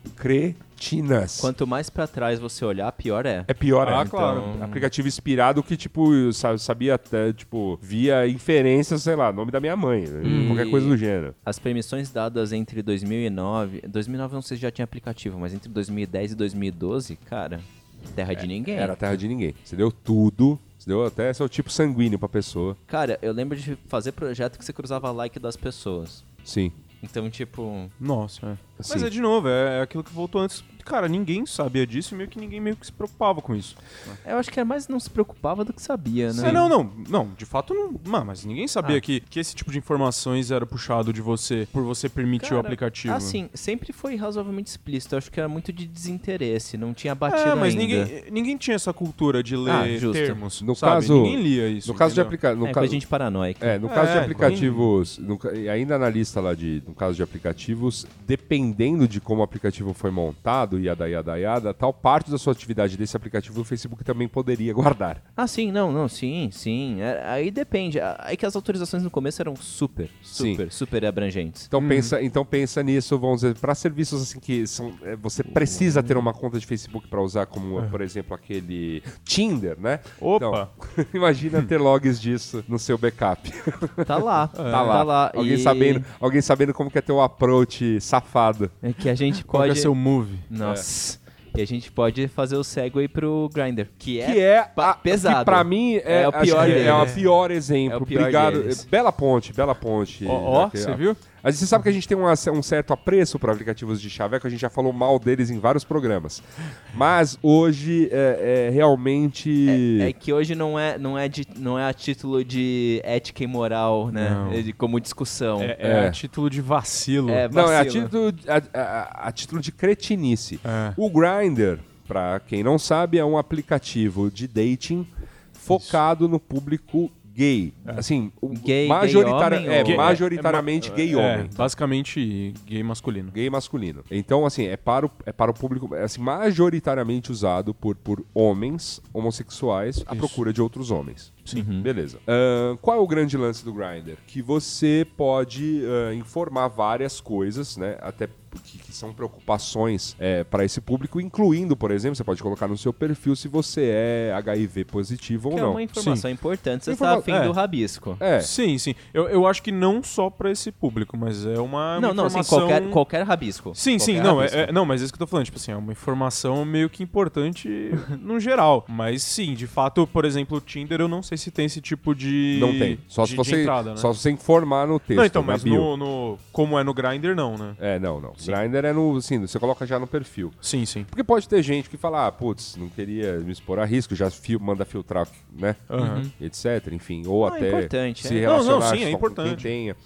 S3: cretinas.
S4: Quanto mais pra trás você olhar, pior é.
S3: É pior,
S6: Ah,
S3: né?
S6: claro.
S3: Então, aplicativo inspirado que, tipo, sa- sabia até, tipo, via inferências, sei lá, nome da minha mãe, né?
S4: Uhum.
S3: qualquer coisa do gênero.
S4: As permissões dadas entre 2009... 2009 não sei se já tinha aplicativo, mas entre 2010 e 2012, cara... Terra de ninguém.
S3: Era terra de ninguém. Você deu tudo, você deu até seu tipo sanguíneo pra pessoa.
S4: Cara, eu lembro de fazer projeto que você cruzava like das pessoas.
S3: Sim.
S4: Então, tipo,
S6: Nossa, é. Mas
S3: Assim.
S6: é de novo, é, é aquilo que voltou antes. Cara, ninguém sabia disso e meio que ninguém meio que se preocupava com isso.
S4: eu acho que era mais não se preocupava do que sabia, né?
S6: É, não, não, não, de fato não. Mas mas ninguém sabia
S4: Ah.
S6: que, que esse tipo de informações era puxado de você por você permitir o aplicativo.
S4: Assim, sempre foi razoavelmente explícito. Eu acho que era muito de desinteresse, não tinha batido
S6: É, mas
S4: ainda.
S6: ninguém, ninguém tinha essa cultura de
S4: Ah,
S6: ler
S4: justo.
S6: termos.
S3: No
S6: sabe?
S3: caso-
S6: ninguém lia isso.
S3: No caso de
S6: entendeu?
S3: aplicar. No
S4: É,
S3: ca-
S4: coisa de gente paranoica.
S3: É, no caso de
S6: É,
S3: aplicativos, no ca- e ainda na lista lá de, no caso de aplicativos, dependendo de como o aplicativo foi montado, yada, yada, yada, tal parte da sua atividade desse aplicativo o Facebook também poderia guardar.
S4: Ah, sim, não, não, sim, sim. É, Aí depende. A- Aí que as autorizações no começo eram super,
S3: Sim.
S4: super, super abrangentes.
S3: Então, pensa, então pensa nisso, vamos dizer, para serviços assim que são, é, você precisa ter uma conta de Facebook para usar, como por exemplo aquele Tinder, né?
S6: Opa!
S3: Então, imagina ter logs disso no seu backup.
S4: Tá lá,
S6: É.
S3: Tá lá. alguém,
S4: e-
S3: sabendo, alguém sabendo como que é ter um approach safado.
S4: É que a gente
S6: Qual que
S4: pode...
S6: é seu É. move?
S4: Nossa. E a gente pode fazer o segue pro Grindr, que é...
S3: Que é
S4: pa-
S3: a-
S4: pesado.
S3: Que pra mim é,
S4: É o
S3: acho
S4: pior
S3: que é
S4: deles.
S3: o pior exemplo.
S4: É o pior
S3: Obrigado.
S4: deles.
S3: Bela ponte, bela ponte.
S6: Ó, ó,
S3: Aqui,
S6: você viu?
S3: Mas você sabe que a gente tem uma- um certo apreço para aplicativos de chaveco, a gente já falou mal deles em vários programas. Mas hoje é, é realmente.
S4: É que hoje não é, não, é de, não é a título de ética e moral, né?
S6: Não.
S4: É de- Como discussão.
S6: É, é
S3: É.
S6: a título de vacilo.
S4: É,
S3: Não, é a
S4: vacila.
S3: título, a, a- a título de cretinice.
S6: É.
S3: O Grindr, pra quem não sabe, é um aplicativo de dating focado no público gay. Assim, o-
S4: Gay-
S3: majoritari-
S4: gay homem
S3: é,
S4: ou-
S3: majoritariamente
S6: é,
S3: gay
S6: é,
S3: homem.
S6: basicamente gay masculino.
S3: gay masculino. Então, assim, é para o, é para o público, é, assim, majoritariamente usado por, por homens homossexuais à procura de outros homens. Sim. Beleza. Ahn, qual é o grande lance do Grindr? Que você pode ah, informar várias coisas, né? Até que, que são preocupações para esse público, incluindo, por exemplo, você pode colocar no seu perfil se você é HIV positivo
S4: Que
S3: ou
S4: é
S3: não.
S4: uma informação importante, você
S3: Informa-
S4: tá afim
S6: é.
S4: do rabisco.
S3: É.
S6: Sim, sim. Eu, eu acho que não só pra esse público, mas é uma, uma
S4: Não, não, assim,
S6: informação...
S4: qualquer, qualquer rabisco.
S6: Sim, sim,
S4: Qualquer
S6: não, é,
S4: rabisco.
S6: é- não, mas é isso que eu tô falando, tipo assim, é uma informação meio que importante no geral. Mas sim, de fato, por exemplo, o Tinder, eu não sei se tem esse tipo de.
S3: Não tem. Só se
S6: de- de
S3: você
S6: entrada, né?
S3: só se você informar no texto.
S6: não, então,
S3: na
S6: mas
S3: bio.
S6: no, no- Como é no Grindr, não, né?
S3: É, não, não. Grindr é no, assim, você coloca já no perfil.
S6: Sim, sim.
S3: Porque pode ter gente que fala, ah, putz, não queria me expor a risco, já fil- manda filtrar, né? Etc. Enfim, ou
S4: Ah, é
S3: até
S4: importante,
S3: se
S4: é.
S6: Não, não,
S3: relacionar
S6: sim,
S3: só
S6: é
S3: com quem
S6: importante.
S3: tenha.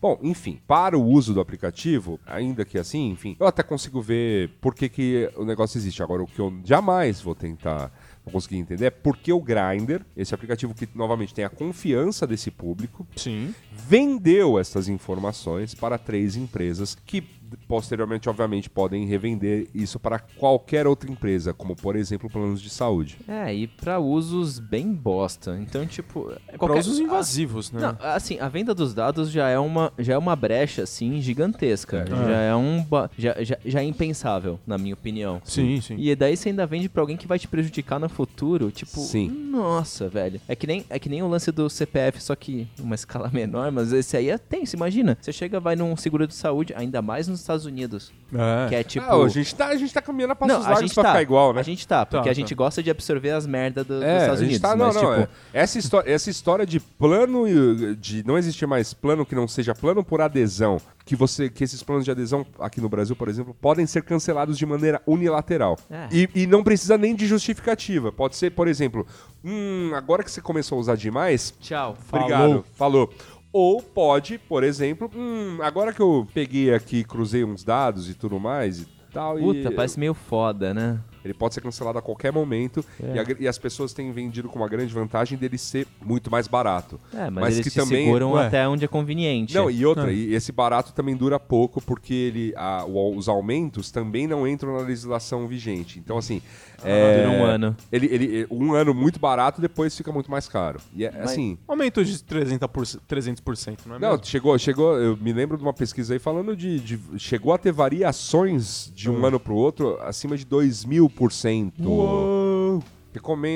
S3: Bom, enfim, para o uso do aplicativo, ainda que assim, enfim, eu até consigo ver por que, que o negócio existe. Agora, o que eu jamais vou tentar vou conseguir entender é por que o Grindr, esse aplicativo que novamente tem a confiança desse público,
S6: Sim.
S3: vendeu essas informações para três empresas que posteriormente, obviamente, podem revender isso para qualquer outra empresa, como por exemplo planos de saúde.
S4: É, e pra usos bem bosta. Então, tipo. É
S6: Pra usos invasivos, né?
S4: Não, assim, a venda dos dados já é uma, já é uma brecha, assim, gigantesca. Já é um. ba- Já, já, já é impensável, na minha opinião.
S6: Sim, sim.
S4: E daí você ainda vende pra alguém que vai te prejudicar no futuro, tipo,
S3: Sim.
S4: nossa, velho. É que nem é que nem o lance do CPF, só que uma escala menor, mas esse aí é tenso, imagina. Você chega, vai num seguro de saúde, ainda mais nos Estados Unidos,
S6: É.
S4: que é tipo
S3: ah, a gente tá, a gente tá caminhando a passos
S4: Não, a
S3: largos
S4: gente
S3: pra
S4: tá.
S3: ficar igual, né?
S4: A gente tá, porque
S6: Tá,
S4: a gente gosta de absorver as merdas do- dos
S3: É, a
S4: Estados
S3: gente
S4: Unidos,
S3: tá, não,
S4: mas
S3: não,
S4: tipo,
S3: é. essa, história, essa história de plano, e, de não existir mais plano que não seja plano por adesão, que você que esses planos de adesão aqui no Brasil, por exemplo, podem ser cancelados de maneira unilateral.
S4: É.
S3: E, e não precisa nem de justificativa. Pode ser, por exemplo, hum, agora que você começou a usar demais,
S4: tchau.
S3: Obrigado. Falou. Ou pode, por exemplo, hum, agora que eu peguei aqui, cruzei uns dados e tudo mais e tal,
S4: Puta,
S3: e
S4: parece meio foda, né?
S3: ele pode ser cancelado a qualquer momento
S4: É.
S3: e, a gr- e as pessoas têm vendido com uma grande vantagem dele ser muito mais barato.
S4: É, mas, eles te seguram Ah.
S6: ué.
S4: até onde é conveniente.
S3: Não, e outra, e esse barato também dura pouco, porque ele, a- o- os aumentos também não entram na legislação vigente. Então, assim. é,
S4: dura um ano.
S3: Ele, ele- um ano muito barato, depois fica muito mais caro. E é assim.
S6: Aumento de 300%, 300% não é
S3: Não,
S6: mesmo?
S3: chegou, chegou. Eu me lembro de uma pesquisa aí falando de. de- chegou a ter
S6: Ah.
S3: variações de um ano pro outro acima de 2 mil por cento.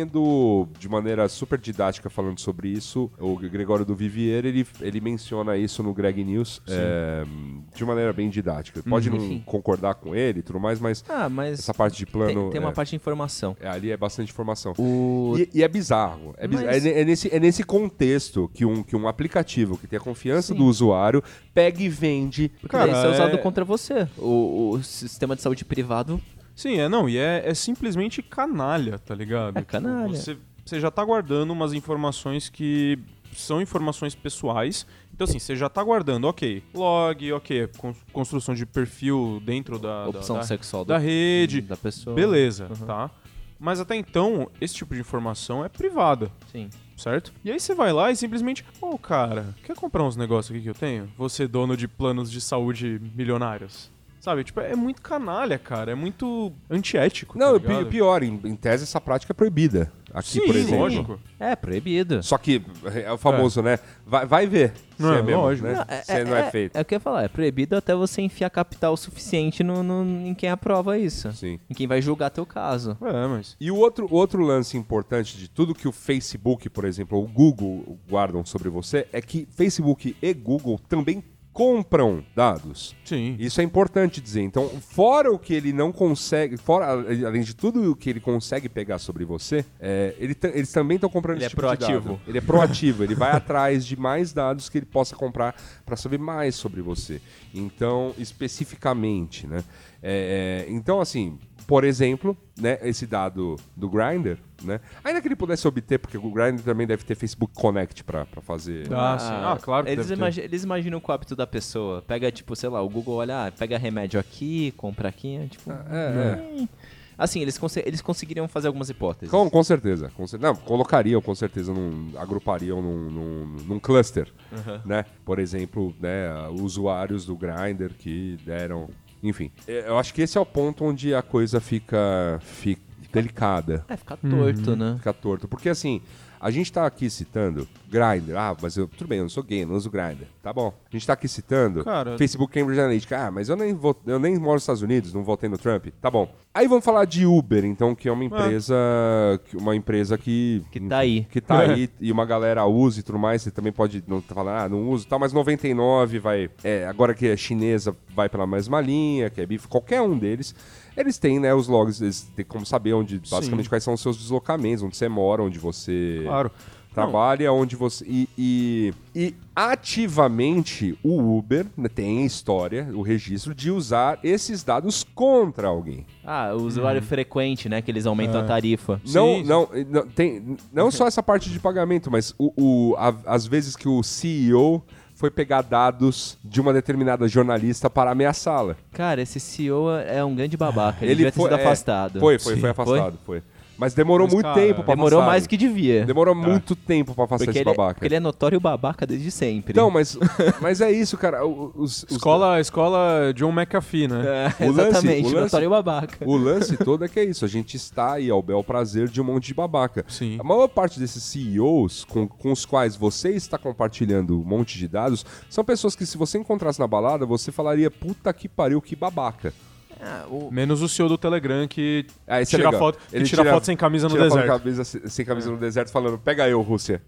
S3: Recomendo, de maneira super didática, falando sobre isso, o Gregório do Vivier, ele, ele menciona isso no Greg News é, de maneira bem didática.
S6: Uhum.
S3: Pode não
S4: Enfim.
S3: concordar com ele e tudo mais, mas
S4: Ah, mas
S3: essa parte de plano...
S4: tem, tem uma
S3: é,
S4: parte de informação.
S3: é, ali é bastante informação.
S4: O-
S3: E, e é bizarro. É, bizarro.
S4: Mas-
S3: É ne- é nesse, é nesse contexto que um, que um aplicativo que tem a confiança do usuário pega e vende.
S4: Porque
S6: Cara,
S4: daí isso é usado
S6: é-
S4: contra você. O, o sistema de saúde privado
S6: Sim, é não, e é, é simplesmente canalha, tá ligado?
S4: É canalha.
S6: Tipo, você, você já tá guardando umas informações que são informações pessoais. Então, assim, você já tá guardando, ok, log, ok, con- construção de perfil dentro da, da-
S4: opção Então,
S6: da-
S4: sexual do-
S6: da rede,
S4: da pessoa.
S6: beleza, tá? Mas até então, esse tipo de informação é privada
S4: Sim.
S6: certo? E aí você vai lá e simplesmente, ô cara, quer comprar uns negócios aqui que eu tenho? Você é dono de planos de saúde milionários. Sabe, tipo, é muito canalha, cara, é muito antiético.
S3: Não,
S6: tá
S3: e pi-
S6: ligado?
S3: pior, em, em tese essa prática é proibida. Aqui,
S6: Sim,
S3: por exemplo.
S6: lógico.
S4: É, proibido.
S3: Só que é o famoso, né? Vai, vai ver
S6: Não,
S3: se é
S6: é
S3: mesmo,
S6: lógico.
S3: né?
S6: Não,
S3: se não é, feito.
S4: É o que eu ia falar, é proibido até você enfiar capital suficiente no, no- em quem aprova isso.
S3: Sim.
S4: Em quem vai julgar teu caso.
S6: É, mas.
S3: E o outro, outro lance importante de tudo que o Facebook, por exemplo, ou o Google guardam sobre você é que Facebook e Google também compram dados.
S6: Sim.
S3: Isso é importante dizer. Então, fora o que ele não consegue, fora a- além de tudo o que ele consegue pegar sobre você, é, ele ta- eles também estão comprando
S6: Ele
S3: esse
S6: é
S3: tipo de
S6: proativo.
S3: dado. Ele é proativo. ele vai atrás de mais dados que ele possa comprar para saber mais sobre você. Então, especificamente, né? É, é, então, assim, por exemplo, né, esse dado do Grindr, né? Ainda que ele pudesse obter, porque o Grindr também deve ter Facebook Connect para fazer.
S6: Ah, sim. Ah, claro que
S4: Eles,
S6: deve ter.
S4: imagi- eles imaginam o hábito da pessoa. Pega, tipo, sei lá, o Google olha, ah, pega remédio aqui, compra aqui, é, tipo... hum. Assim, eles, conse- eles conseguiriam fazer algumas hipóteses.
S3: Com, com certeza. Com cer- Não, colocariam, com certeza, num, agrupariam num, num, num cluster, né? Por exemplo, né, usuários do Grindr que deram... Enfim, é, eu acho que esse é o ponto onde a coisa fica, fica delicada,
S4: É, ficar torto, né?
S3: fica torto. Porque, assim, a gente tá aqui citando Grindr. Ah, mas eu, tudo bem, eu não sou gay, eu não uso Grindr. Tá bom. A gente tá aqui citando
S6: Cara-
S3: Facebook Cambridge Analytica. Ah, mas eu nem, vou, eu nem moro nos Estados Unidos, não votei no Trump. Tá bom. Aí vamos falar de Uber, então, que é uma empresa... que- Uma empresa que...
S4: Que tá aí.
S3: Que tá aí e uma galera usa e tudo mais. Você também pode não tá falando, ah, não uso e tal, mas 99 vai... É, agora que é chinesa, vai pela mesma linha, que é bife, qualquer um deles. Eles têm, né, os logs, eles têm como saber onde, basicamente, quais são os seus deslocamentos, onde você mora, onde você
S6: Claro.
S3: trabalha, onde você. E, e, e ativamente o Uber né, tem a história, o registro, de usar esses dados contra alguém.
S4: Ah, o usuário frequente, né? Que eles aumentam a tarifa.
S3: Não,
S6: Sim.
S3: não, não, tem, não só essa parte de pagamento, mas o, o, a- as vezes que o CEO foi pegar dados de uma determinada jornalista para ameaçá-la.
S4: Cara, esse CEO é um grande babaca. Ele, devia ter sido
S3: é,
S4: afastado.
S3: Foi, foi,
S4: Sim.
S3: foi afastado, foi. Mas demorou
S6: Mas,
S3: muito
S6: cara, Tá.
S3: tempo pra
S4: Demorou
S3: afastar
S4: mais
S3: ele.
S4: do que devia.
S3: Demorou muito tempo pra afastar
S4: porque
S3: esse
S4: ele,
S3: babaca.
S4: porque ele é notório babaca desde sempre.
S3: Então, mas, mas é isso, cara. o- Os, os-
S6: Escola, escola John McAfee, né?
S4: É,
S3: o lance-
S4: exatamente,
S3: o lance-
S4: notório babaca.
S3: O lance todo é que é isso, a gente está aí ao bel prazer de um monte de babaca.
S6: Sim.
S3: A maior parte desses CEOs com, com os quais você está compartilhando um monte de dados são pessoas que, se você encontrasse na balada, você falaria: puta que pariu, que babaca.
S6: Menos o CEO do Telegram que
S3: É. Ah, esse é
S6: tira
S3: legal.
S6: foto, que tira, foto sem camisa no
S3: tira foto
S6: deserto. É.
S3: camisa- se- sem camisa no deserto, falando: pega eu, Rússia.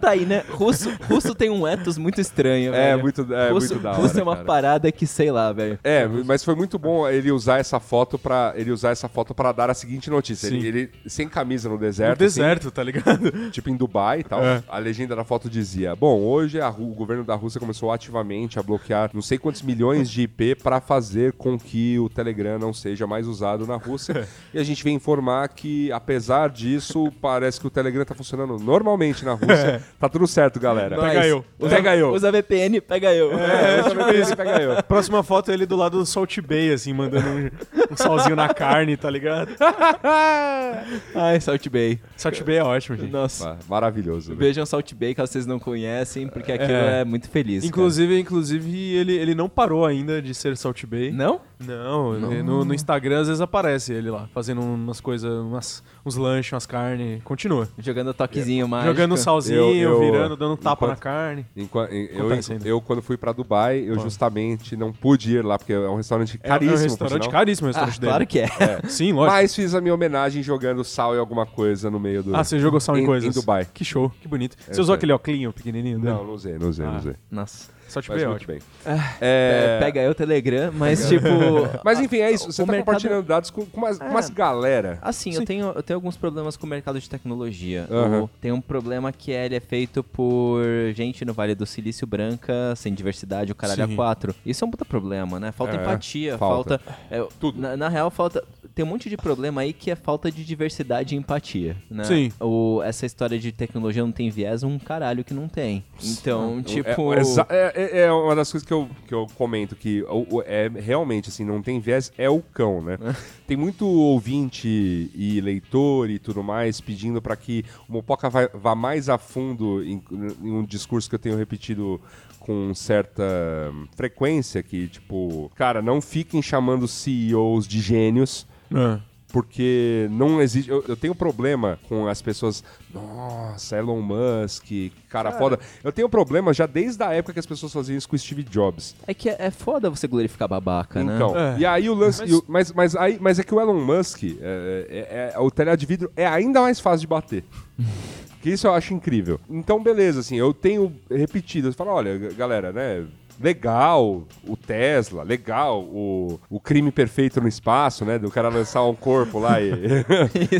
S4: Tá aí, né? Russo, russo tem um ethos muito estranho,
S3: É,
S4: velho.
S3: muito- é
S4: russo,
S3: muito da hora,
S4: Russo é uma
S3: cara.
S4: parada que, sei lá, velho.
S3: É, mas foi muito bom ele usar essa foto para ele usar essa foto para dar a seguinte notícia.
S6: Sim.
S3: Ele, ele sem camisa no
S6: No
S3: deserto, assim,
S6: deserto, tá ligado?
S3: tipo em Dubai e tal.
S6: É.
S3: A legenda da foto dizia: Bom, hoje a Ru- o governo da Rússia começou ativamente a bloquear não sei quantos milhões de IP para fazer com que o Telegram não seja mais usado na Rússia. e a gente vem informar que, apesar disso, parece que o Telegram tá funcionando normalmente na Rússia. tá tudo certo, galera.
S6: Pega
S4: Mas-
S6: eu.
S4: Usa,
S3: Pega eu.
S4: Usa VPN, pega eu.
S3: É, tipo isso, pega eu.
S6: Próxima foto é ele do lado do Salt Bay, assim, mandando um, um salzinho na carne, tá ligado?
S4: Ai, Salt Bay.
S6: Salt Bay é ótimo, gente.
S4: Nossa.
S3: Ah, Maravilhoso. né?
S4: Vejam Salt Bay, caso vocês não conhecem, porque aquilo
S6: É.
S4: é, muito feliz. cara.
S6: Inclusive, inclusive ele, ele não parou ainda de ser Salt Bay.
S4: Não?
S6: Não, ele- No, no Instagram às vezes aparece ele lá, fazendo umas coisas, umas- uns lanches, umas carnes. Continua.
S4: Jogando toquezinho mágico.
S6: Jogando um salzinho,
S3: Eu- eu-
S6: virando, dando tapa
S3: enquanto-
S6: na carne.
S3: Enqua- em- eu,
S6: Acontece ainda.
S3: eu, quando fui pra Dubai, eu justamente não pude ir lá, porque é um restaurante caríssimo.
S6: é um
S3: por
S6: restaurante
S3: sinal.
S6: caríssimo, o
S4: Ah,
S6: restaurante dele.
S4: claro que é.
S6: Sim, lógico.
S3: Mas fiz a minha homenagem jogando sal e alguma coisa no meio do.
S6: Ah, você jogou sal em,
S3: em-
S6: coisas.
S3: em Dubai.
S6: Que show, que bonito. você usou
S3: sei.
S6: aquele óculinho pequenininho? dele?
S3: Não, não usei, não usei, não usei.
S4: Nossa.
S6: Só te
S3: Mas
S6: veio
S3: muito
S6: ótimo.
S3: bem.
S4: É,
S3: É,
S4: Pega aí o Telegram, mas tipo.
S3: Mas enfim, é isso.
S4: o
S3: Você tá
S4: mercado- É.
S3: compartilhando dados com, com umas, com umas galera.
S4: Assim, eu tenho, eu tenho alguns problemas com o mercado de tecnologia.
S3: Aham.
S4: Eu tenho um problema que é, ele é feito por gente no Vale do Silício branca, sem diversidade, o caralho
S6: Sim.
S4: a quatro. Isso é um puta problema, né? Falta
S3: É,
S4: empatia,
S3: falta.
S4: falta... é,
S3: Tudo.
S4: Na, na real, falta... Tem um monte de problema aí que é falta de diversidade e empatia, né?
S6: Sim.
S4: O, essa história de tecnologia não tem viés, um caralho que não tem. Então, tipo...
S3: É, é exa- é- é- é uma das coisas que eu, que eu comento que o- o- é realmente assim, não tem viés, é o cão, né?
S4: É.
S3: tem muito ouvinte e leitor e tudo mais pedindo para que o Mopoca vá, vá mais a fundo em, em um discurso que eu tenho repetido com certa frequência que tipo, cara, não fiquem chamando CEOs de gênios
S6: Ah.
S3: porque não existe. Eu, eu tenho problema com as pessoas. Nossa, Elon Musk, que cara, foda. Eu tenho problema já desde a época que as pessoas faziam isso com o Steve Jobs.
S4: É que é, é foda você glorificar babaca, né?
S3: Então,
S6: É.
S3: e aí o lance.
S6: Mas-
S3: e o- Mas, mas, aí, mas é que o Elon Musk, é, é- é- o telhado de vidro é ainda mais fácil de bater. que isso eu acho incrível. Então, beleza, assim, eu tenho repetido. Eu falo, olha, g- galera, né? Legal o Tesla, legal o, o crime perfeito no espaço, né? Do cara lançar um corpo lá e.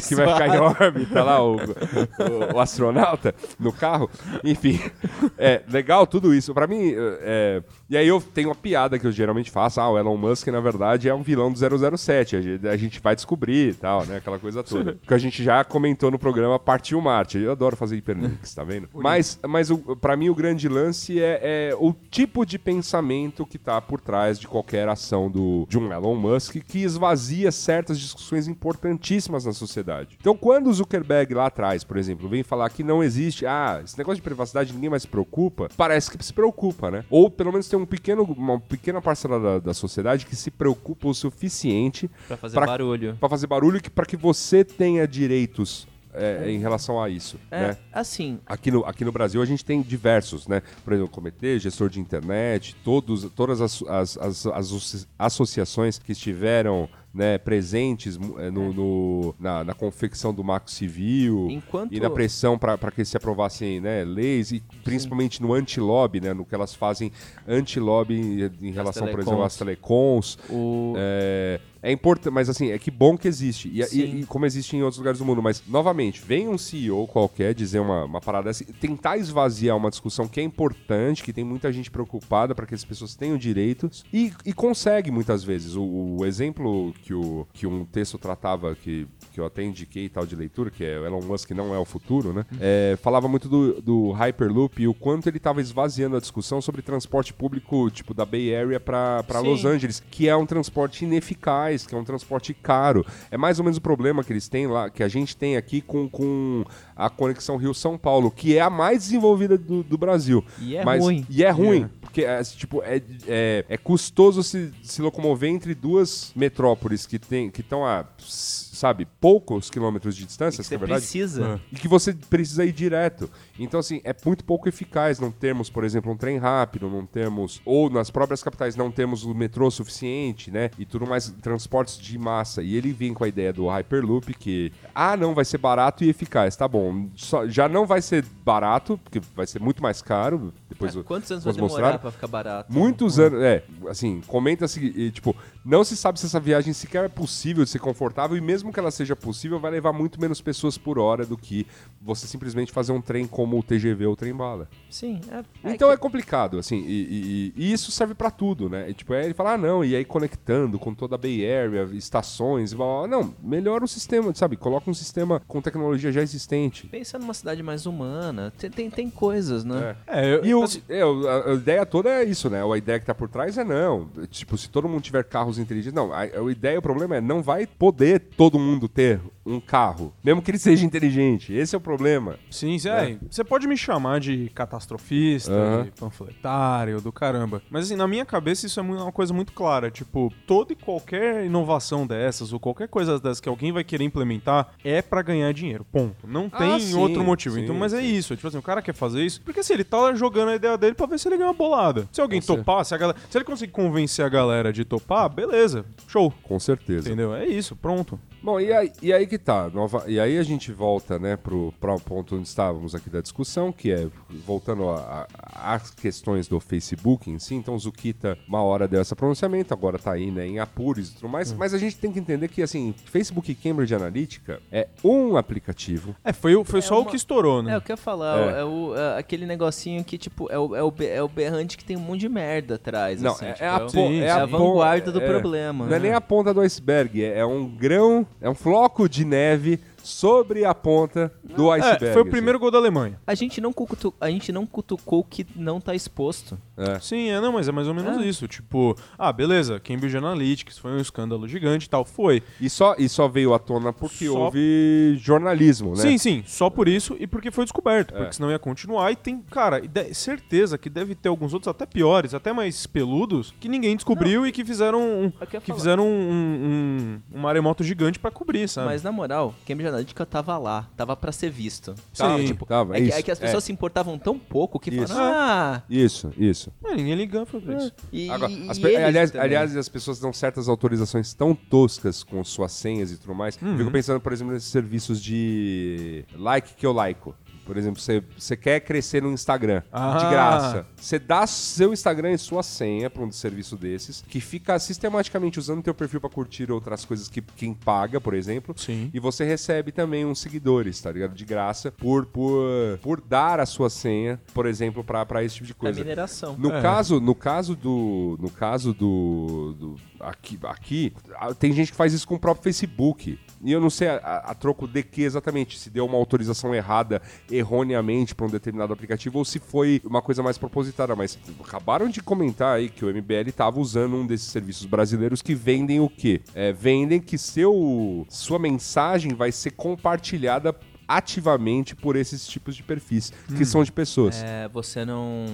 S3: que vai ficar em órbita lá, o, o- o astronauta no carro. Enfim, é legal tudo isso. Pra mim, é, e aí eu tenho uma piada que eu geralmente faço. Ah, o Elon Musk, na verdade, é um vilão do 007. A gente, a gente vai descobrir e tal, né? Aquela coisa toda. Que a gente já comentou no programa Partiu Marte. Eu adoro fazer hiperlinks, tá vendo? Mas, mas o, pra mim, o grande lance é, é o tipo de pensamento que tá por trás de qualquer ação do, de um Elon Musk que esvazia certas discussões importantíssimas na sociedade. Então, quando o Zuckerberg lá atrás, por exemplo, vem falar que não existe, ah, esse negócio de privacidade ninguém mais se preocupa, parece que se preocupa, né? Ou pelo menos tem um pequeno, uma pequena parcela da, da sociedade que se preocupa o suficiente
S4: Pra fazer
S3: pra-
S4: barulho.
S3: pra fazer barulho que para que você tenha direitos é, em relação a isso,
S4: É,
S3: né?
S4: assim,
S3: Aqui no, aqui no Brasil a gente tem diversos, né? Por exemplo, comitê, gestor de internet, todos, todas as, as, as- as associ- associações que estiveram né, presentes mu- eh, no, no- na, na confecção do marco civil
S4: Enquanto-
S3: e na pressão para que se aprovassem né, leis, e principalmente no anti-lobby, né, no que elas fazem anti-lobby em- em relação, por exemplo,
S4: telecoms.
S3: às telecoms.
S4: o...
S3: É, é importante, mas assim, é que bom que existe. E, e-
S4: Sim.
S3: e como existe em outros lugares do mundo. Mas, novamente, vem um CEO qualquer dizer uma, uma parada assim, tentar esvaziar uma discussão que é importante, que tem muita gente preocupada para que as pessoas tenham direitos, e, e consegue muitas vezes. O, o exemplo que, o, que um texto tratava, que, que eu até indiquei e tal de leitura, que é o Elon Musk não é o futuro,
S4: Uhum.
S3: né? É, falava muito do, do Hyperloop e o quanto ele estava esvaziando a discussão sobre transporte público, tipo, da Bay Area para para
S4: Sim.
S3: Los Angeles, que é um transporte ineficaz, que é um transporte caro. É mais ou menos o problema que eles têm lá, que a gente tem aqui com, com a conexão Rio-São Paulo, que é a mais desenvolvida do, do Brasil.
S4: E é ruim.
S3: E é ruim, porque é, tipo, é, é, é custoso se, se locomover entre duas metrópoles que estão que tão a, sabe, poucos quilômetros de distância, isso é
S4: Você
S3: verdade?
S4: precisa.
S3: e que você precisa ir direto. Então, assim, é muito pouco eficaz não termos, por exemplo, um trem rápido, não termos, ou nas próprias capitais não temos o metrô suficiente, né? E tudo mais, transportes de massa. E ele vem com a ideia do Hyperloop, que, ah, não, vai ser barato e eficaz, tá bom. Só- já não vai ser barato, porque vai ser muito mais caro. Depois o-
S4: É, Quantos anos vai
S3: vamos
S4: demorar
S3: mostrar.
S4: pra ficar barato?
S3: Muitos anos. É, assim, comenta-se, e, tipo, não se sabe se essa viagem sequer é possível de ser confortável, e mesmo que ela seja possível, vai levar muito menos pessoas por hora do que você simplesmente fazer um trem como o TGV ou o trem bala.
S4: Sim, é.
S3: Então é
S4: que-
S3: complicado, assim, e, e- e- e isso serve pra tudo, né? E, tipo, é ele fala, ah, não, e aí conectando com toda a Bay Area, estações, e blá, blá, blá. não, melhora o sistema, sabe? Coloca um sistema com tecnologia já existente.
S4: é, Pensa numa cidade mais humana. Tem, tem, tem coisas, né?
S6: É, eu,
S3: E o,
S6: assim,
S3: é, o- a, a ideia toda é isso, né? A ideia que tá por trás é não. Tipo, se todo mundo tiver carros inteligentes. Não, a, a ideia, o problema é não vai poder todo mundo ter um carro, mesmo que ele seja inteligente. Esse é o problema.
S6: Sim, sim, é. Você pode me chamar de catastrofista,
S3: Né? Aham.
S6: de panfletário, do caramba. Mas assim, na minha cabeça isso é mu- uma coisa muito clara. Tipo, toda e qualquer inovação dessas, ou qualquer coisa dessas que alguém vai querer implementar, é pra ganhar dinheiro. Ponto. Não
S3: Ah,
S6: tem
S3: sim,
S6: outro motivo.
S3: sim,
S6: então, mas é
S3: sim.
S6: isso. Tipo assim, o cara quer fazer isso porque assim, ele tá jogando a ideia dele pra ver se ele ganha uma bolada. Se alguém topar, se, a galera, se ele conseguir convencer a galera de topar, beleza. Show.
S3: Com certeza.
S6: Entendeu? É isso, pronto.
S3: Bom, e aí, e aí que tá. Nova, e aí a gente volta, né, pro, pra o ponto onde estávamos aqui da discussão, que é voltando a- a- às questões do Facebook em si. Então, Zukita, uma hora deu esse pronunciamento, agora tá aí, né, em apuros e tudo mais. Mas a gente tem que entender que, assim, Facebook e Cambridge Analytica é um aplicativo.
S6: É, foi, o- foi só o
S4: uma-
S6: que estourou, né?
S4: É o que eu ia falar, é, o, é aquele negocinho que, tipo, é o, é, o, be- é o berrante que tem um monte de merda atrás.
S3: Não,
S4: assim,
S3: é,
S4: tipo,
S3: é a,
S4: o-
S3: pon-
S6: sim,
S3: é
S6: sim.
S4: a
S3: pon-
S4: vanguarda do
S3: é.
S4: problema. né?
S3: Não é nem a ponta do iceberg, é, é um grão, é um floco de neve sobre a ponta do
S6: É,
S3: iceberg.
S6: foi o
S3: assim.
S6: primeiro gol da Alemanha.
S4: A gente não cutu- a gente não cutucou o que não tá exposto.
S3: É.
S6: Sim, é, não, mas é mais ou menos isso. Tipo, ah, beleza, Cambridge Analytics foi um escândalo gigante e tal. Foi.
S3: E só, e só veio à tona porque
S6: Só-
S3: houve jornalismo, né? É.
S6: Sim, sim, só por isso e porque foi descoberto. Porque senão ia continuar e tem, cara, e de- certeza que deve ter alguns outros até piores, até mais peludos, que ninguém descobriu e que fizeram um,
S4: É o que eu ia
S6: que
S4: falar.
S6: fizeram um, um, um maremoto gigante pra cobrir,
S3: Ah.
S6: sabe?
S4: Mas na moral, Cambridge Analytica tava lá, tava pra ser visto.
S3: Tava,
S6: Sim.
S3: tipo, tava,
S4: é, que,
S3: isso,
S4: é que as pessoas se importavam tão pouco que
S3: Isso.
S4: falaram, ah,
S3: Isso, isso.
S6: Ah, ninguém ligava
S4: É.
S6: pra isso.
S4: e,
S3: Agora,
S4: e
S3: as pe-
S4: eles
S3: aliás,
S4: também.
S3: aliás, as pessoas dão certas autorizações tão toscas com suas senhas e tudo mais.
S6: Uhum.
S3: Eu Fico pensando, por exemplo, nesses serviços de like que eu laico. Por exemplo, você- você quer crescer no Instagram de
S6: Ah.
S3: graça. Você dá seu Instagram e sua senha pra um serviço desses, que fica sistematicamente usando teu perfil pra curtir outras coisas que quem paga, por exemplo.
S6: Sim.
S3: E você recebe também uns seguidores, tá ligado? De graça, por, por, por dar a sua senha, por exemplo, pra pra esse tipo de
S4: a
S3: coisa.
S4: mineração.
S3: No
S6: É.
S3: caso, no caso do, no caso do, do- aqui, aqui, a- tem gente que faz isso com o próprio Facebook. E eu não sei a, a- a troco de que exatamente, se deu uma autorização errada, erroneamente para um determinado aplicativo ou se foi uma coisa mais propositada, mas acabaram de comentar aí que o MBL tava usando um desses serviços brasileiros que vendem o quê? É, vendem que seu sua mensagem vai ser compartilhada ativamente por esses tipos de perfis, que são de pessoas.
S4: É, você não.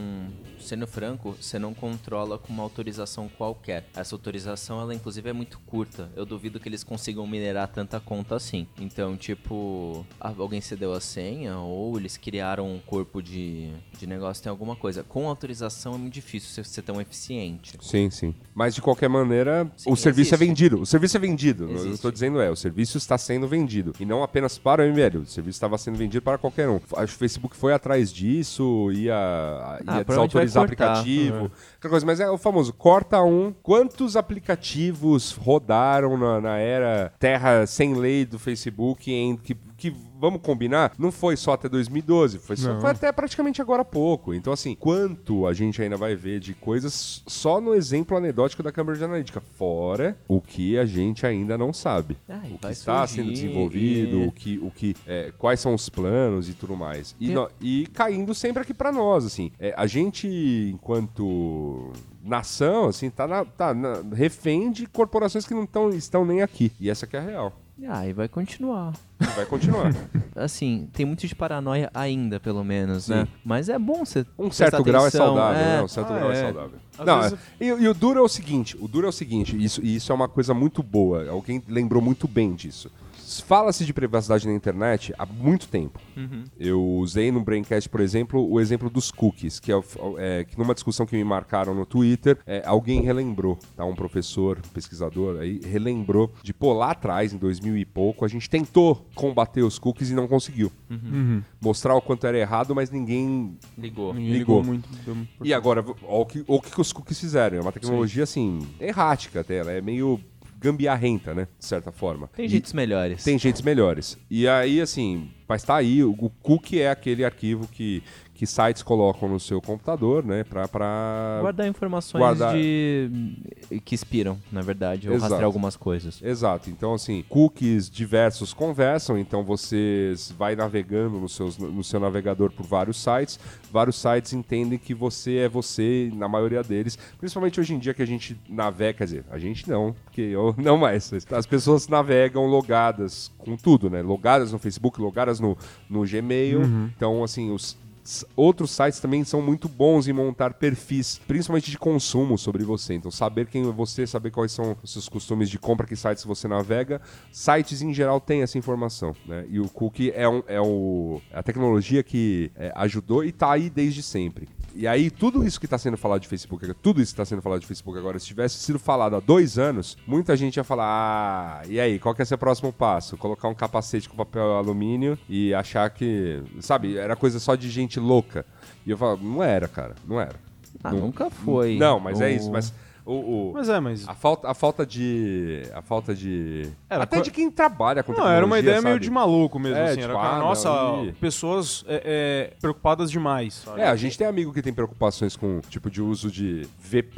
S4: Sendo franco, você não controla com uma autorização qualquer. Essa autorização, ela inclusive é muito curta. Eu duvido que eles consigam minerar tanta conta assim. Então, tipo, a- alguém cedeu a senha ou eles criaram um corpo de, de negócio, tem alguma coisa. Com autorização é muito difícil você ser tão eficiente.
S3: Sim, sim. Mas de qualquer maneira,
S4: Sim,
S3: o serviço é
S4: existe.
S3: vendido. O serviço é vendido. Eu
S4: Existe.
S3: estou dizendo é, o serviço está sendo vendido. E não apenas para o MBL. O serviço estava sendo vendido para qualquer um. Acho que o Facebook foi atrás disso, ia, ia
S4: provavelmente
S3: desautorizar
S4: Ah, vai cortar.
S3: aplicativo. Aquela coisa. Mas é o famoso, corta um. Quantos aplicativos rodaram na, na era terra sem lei do Facebook em que. que Vamos combinar, não foi só até 2012, foi, só, foi até praticamente agora há pouco. Então, assim, quanto a gente ainda vai ver de coisas só no exemplo anedótico da Cambridge Analytica, fora o que a gente ainda não sabe.
S4: Ah, e
S3: o que
S4: vai
S3: está
S4: surgir,
S3: sendo desenvolvido,
S4: e-
S3: o que, o que é, quais são os planos e tudo mais. E, nó- e caindo sempre aqui para nós, assim. É, a gente, enquanto nação, assim, tá, na, tá na- refém de corporações que não tão, estão nem aqui. E essa que é a real.
S4: Ah, e vai continuar.
S3: E vai continuar.
S4: Assim, tem muito de paranoia ainda, pelo menos, né? Mas é bom você.
S3: Um
S4: prestar
S3: certo grau é
S4: atenção,
S3: saudável,
S4: é.
S3: né? Um certo
S6: Ah,
S3: grau é,
S6: é.
S3: saudável.
S6: Às
S3: Não,
S6: vezes-
S3: é- e, e o duro é o seguinte, o duro é o seguinte, isso, e isso é uma coisa muito boa, alguém lembrou muito bem disso. Fala-se de privacidade na internet há muito tempo.
S6: Uhum.
S3: Eu usei no Braincast, por exemplo, o exemplo dos cookies, que, é, o- é, que numa discussão que me marcaram no Twitter, é, alguém relembrou, tá? Um professor, um pesquisador aí, relembrou de, pô, lá atrás, em 2000 e pouco, a gente tentou combater os cookies e não conseguiu.
S6: Uhum.
S4: Uhum.
S3: Mostrar o quanto era errado, mas ninguém
S4: Ligou.
S6: Ninguém
S3: Ligou.
S6: muito. deu muito
S3: e agora, olha o que, ó o que os cookies fizeram. É uma tecnologia, assim, errática até. Ela é meio gambiarrenta, né? De certa forma.
S4: Tem
S3: E
S4: jeitos melhores.
S3: Tem jeitos melhores. E aí, assim, mas tá aí, o, o cookie é aquele arquivo que, que sites colocam no seu computador, né? Pra, pra...
S4: Guardar informações
S3: Guardar.
S4: de hum, que expiram, na verdade, ou
S3: Exato.
S4: rastrear algumas coisas.
S3: Exato. Então, assim, cookies diversos conversam, então você vai navegando no, seus, no seu navegador por vários sites. Vários sites entendem que você é você, na maioria deles. Principalmente hoje em dia que a gente navega, quer dizer, a gente não, porque eu não mais. mas As pessoas navegam logadas com tudo, né? Logadas no Facebook, logadas no, no Gmail. Então, assim, os, S- outros sites também são muito bons em montar perfis, principalmente de consumo sobre você. Então, saber quem é você, saber quais são os seus costumes de compra, que sites você navega. Sites em geral têm essa informação, né? E o cookie é, um, é, o, é a tecnologia que é, ajudou e tá aí desde sempre. E aí, tudo isso que está sendo falado de Facebook, tudo isso que está sendo falado de Facebook agora, se tivesse sido falado há dois anos, muita gente ia falar: ah, e aí, qual que é seu próximo passo? Colocar um capacete com papel alumínio e achar que, sabe, era coisa só de gente louca. E eu falo: não era, cara, não era.
S4: Ah, nunca foi.
S3: Não, mas é
S4: O-
S3: isso, mas. O, o-
S6: Mas é, mas.
S3: a falta, a falta de. A falta de.
S6: Era
S3: até
S6: co-
S3: de quem trabalha com
S6: Não, era uma
S3: tecnologia,
S6: ideia meio
S3: sabe?
S6: de maluco mesmo,
S3: É,
S6: assim.
S3: tipo,
S6: era, cara,
S3: ah,
S6: nossa,
S3: não, e-
S6: pessoas é, é, preocupadas demais. sabe?
S3: É, a gente tem amigo que tem preocupações com tipo de uso de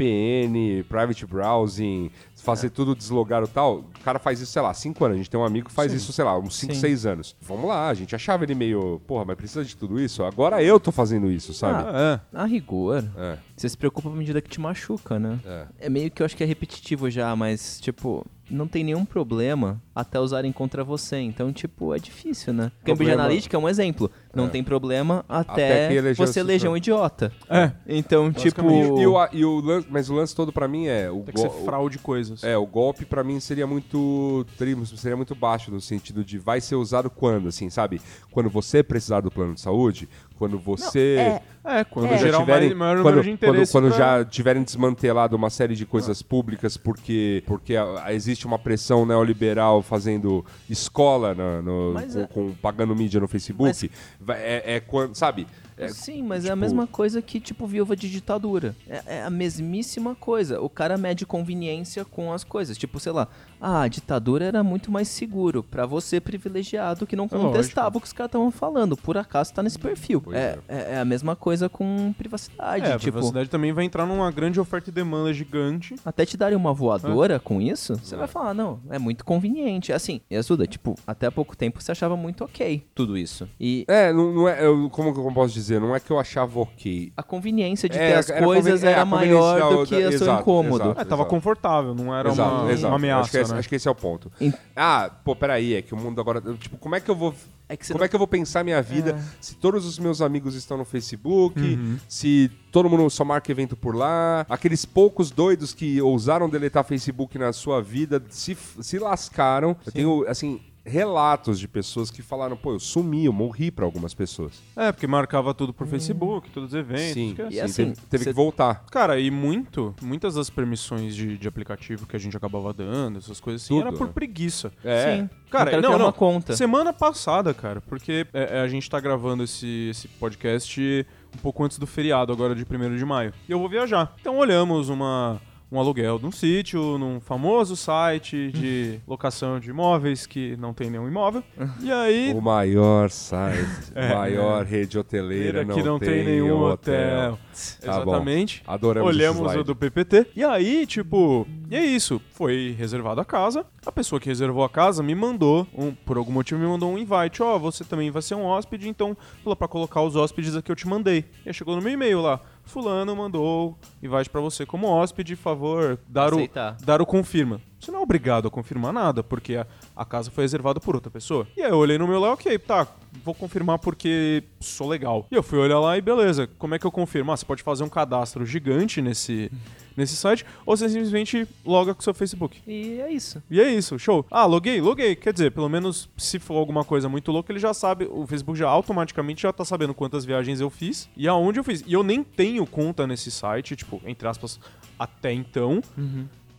S3: VPN, private browsing, fazer tudo deslogado e tal. O cara faz isso, sei lá, 5 anos. A gente tem um amigo que faz isso, sei lá, uns 5,
S4: Sim.
S3: 6 anos. Vamos lá, a gente achava ele meio, porra, mas precisa de tudo isso? Agora eu tô fazendo isso, sabe?
S6: É.
S4: A rigor,
S3: É.
S4: você se preocupa à medida que te machuca, né?
S3: É.
S4: meio que eu acho que é repetitivo já, mas, tipo, não tem nenhum problema até usarem contra você. Então, tipo, é difícil, né? Cambridge
S3: Problema-
S4: Analytica é um exemplo. Não tem problema até,
S3: Até que elegeu
S4: você
S3: esse
S4: eleger um
S3: pro-
S4: idiota. É. Então, tipo.
S3: E, e o, e o lan- mas o lance todo pra mim é o
S6: Tem que ser
S3: go- o-
S6: fraude coisas.
S3: É, o golpe pra mim seria muito trimo, seria muito baixo no sentido de vai ser usado quando, assim, sabe? Quando você precisar do plano de saúde, quando você
S6: É, quando
S3: Quando já
S6: gerar é o
S3: tiverem,
S6: maior, maior número
S3: quando,
S6: de
S3: quando-
S6: interesse.
S3: quando
S6: pra- Ah.
S3: já tiverem desmantelado uma série de coisas públicas porque, porque a- a- existe uma pressão neoliberal fazendo escola na- no-
S4: Mas
S3: com,
S4: é-
S3: com- pagando mídia no Facebook, vai- é, é quando, sabe? É-
S4: Sim, mas é a
S3: tipo-
S4: mesma coisa que, tipo, viúva de ditadura. É, é a mesmíssima coisa. O cara mede conveniência com as coisas. Tipo, sei lá, ah, a ditadura era muito mais seguro pra você privilegiado que
S3: É
S4: não contestava o que os caras estavam falando. Por acaso tá nesse perfil. É, é- é a mesma coisa com privacidade.
S6: É, a
S4: tipo,
S6: privacidade também vai entrar numa grande oferta e demanda gigante.
S4: até te darem uma voadora com isso, você vai falar, não, é muito conveniente. Assim, e ajuda, tipo, até há pouco tempo você achava muito ok tudo isso. E
S3: É, não, não é, eu- como que eu posso dizer? Não é que eu achava ok.
S4: a conveniência de
S3: É,
S4: ter as
S3: era
S4: coisas
S3: conveni- é,
S4: era
S3: a
S4: maior do
S3: conveniência
S4: que
S3: da-
S4: o seu
S3: exato,
S4: incômodo.
S3: exato.
S6: É, tava confortável, não era
S3: exato,
S6: uma,
S3: exato.
S6: uma
S3: acho, que
S6: ameaça,
S3: esse,
S6: né?
S3: acho que esse é o ponto.
S4: Ent-
S3: Ah, pô, peraí, é que o mundo agora. Tipo, como é que eu vou.
S4: É que você
S3: como
S4: não- É.
S3: é que eu vou pensar minha vida se todos os meus amigos estão no Facebook,
S6: Uhum.
S3: se todo mundo só marca evento por lá, aqueles poucos doidos que ousaram deletar Facebook na sua vida se, f- se lascaram. Eu tenho, assim, relatos de pessoas que falaram, pô, eu sumi, eu morri pra algumas pessoas.
S6: É, porque marcava tudo por Facebook, todos os eventos.
S3: Hum. sim,
S6: que é
S3: sim,
S4: E assim,
S3: teve, teve
S4: cê-
S3: que voltar.
S6: Cara, e muito, muitas das permissões de, de aplicativo que a gente acabava dando, essas coisas assim,
S3: Tudo,
S6: era por
S3: né?
S6: preguiça.
S3: É.
S4: Sim.
S6: Cara,
S4: Eu quero
S6: não,
S4: criar
S6: não.
S4: uma conta.
S6: Semana passada, cara, porque é, é, a gente tá gravando esse, esse podcast um pouco antes do feriado, agora de 1 de maio. E eu vou viajar. Então olhamos uma, um aluguel de um sítio, num famoso site de locação de imóveis que não tem nenhum imóvel. E aí.
S3: O maior site, maior rede hoteleira,
S6: que não tem, nenhum hotel.
S3: Tá bom.
S6: Exatamente.
S3: Adoramos esse
S6: Olhamos
S3: slide.
S6: o do PPT. E aí, tipo, e é isso. Foi reservado a casa. A pessoa que reservou a casa me mandou, um- por algum motivo, me mandou um invite. Ó, você também vai ser um hóspede, então falou pra colocar os hóspedes aqui eu te mandei. E aí chegou no meu e-mail lá. Fulano mandou invite pra você como hóspede, favor, dar
S4: Aceitar.
S6: o dar o confirma. Você não é obrigado a confirmar nada, porque a, a casa foi reservada por outra pessoa. E aí eu olhei no meu lá, ok, tá, vou confirmar porque sou legal. E eu fui olhar lá e beleza, como é que eu confirmo? Ah, você pode fazer um cadastro gigante nesse, nesse site, ou você simplesmente loga com o seu Facebook.
S4: E é isso.
S6: E é isso, show. Ah, loguei, loguei. Quer dizer, pelo menos se for alguma coisa muito louca, ele já sabe, o Facebook já automaticamente já tá sabendo quantas viagens eu fiz e aonde eu fiz. E eu nem tenho conta nesse site, tipo, entre aspas, até então.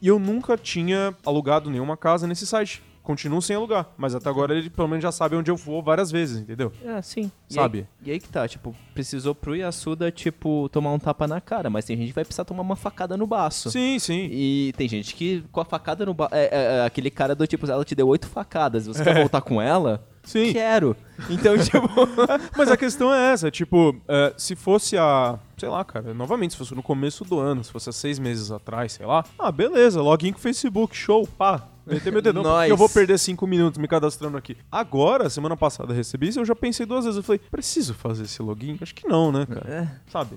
S6: E eu nunca tinha alugado nenhuma casa nesse site. continuam sem alugar. Mas até agora ele pelo menos já sabe onde eu vou várias vezes, entendeu?
S4: É, sim. E
S6: Sabe?
S4: aí- E aí, que tá, tipo, precisou pro Yasuda, tipo, tomar um tapa na cara, mas tem gente que vai precisar tomar uma facada no baço.
S6: Sim, sim.
S4: E tem gente que com a facada no baço. É, é, é, aquele cara do tipo, ela te deu oito facadas, você quer voltar com ela?
S6: É. Sim.
S4: Quero. Então, tipo.
S6: Mas a questão é essa, tipo, é, se fosse a. Sei lá, cara, novamente, se fosse no começo do ano, se fosse há seis meses atrás, sei lá. Ah, beleza, login com o Facebook, show, pá. Meter meu dedão,
S4: Nós.
S6: porque eu vou perder cinco minutos me cadastrando aqui. Agora, semana passada eu recebi isso, eu já pensei duas vezes. Eu falei, preciso fazer esse login? Acho que não, né, cara? Sabe?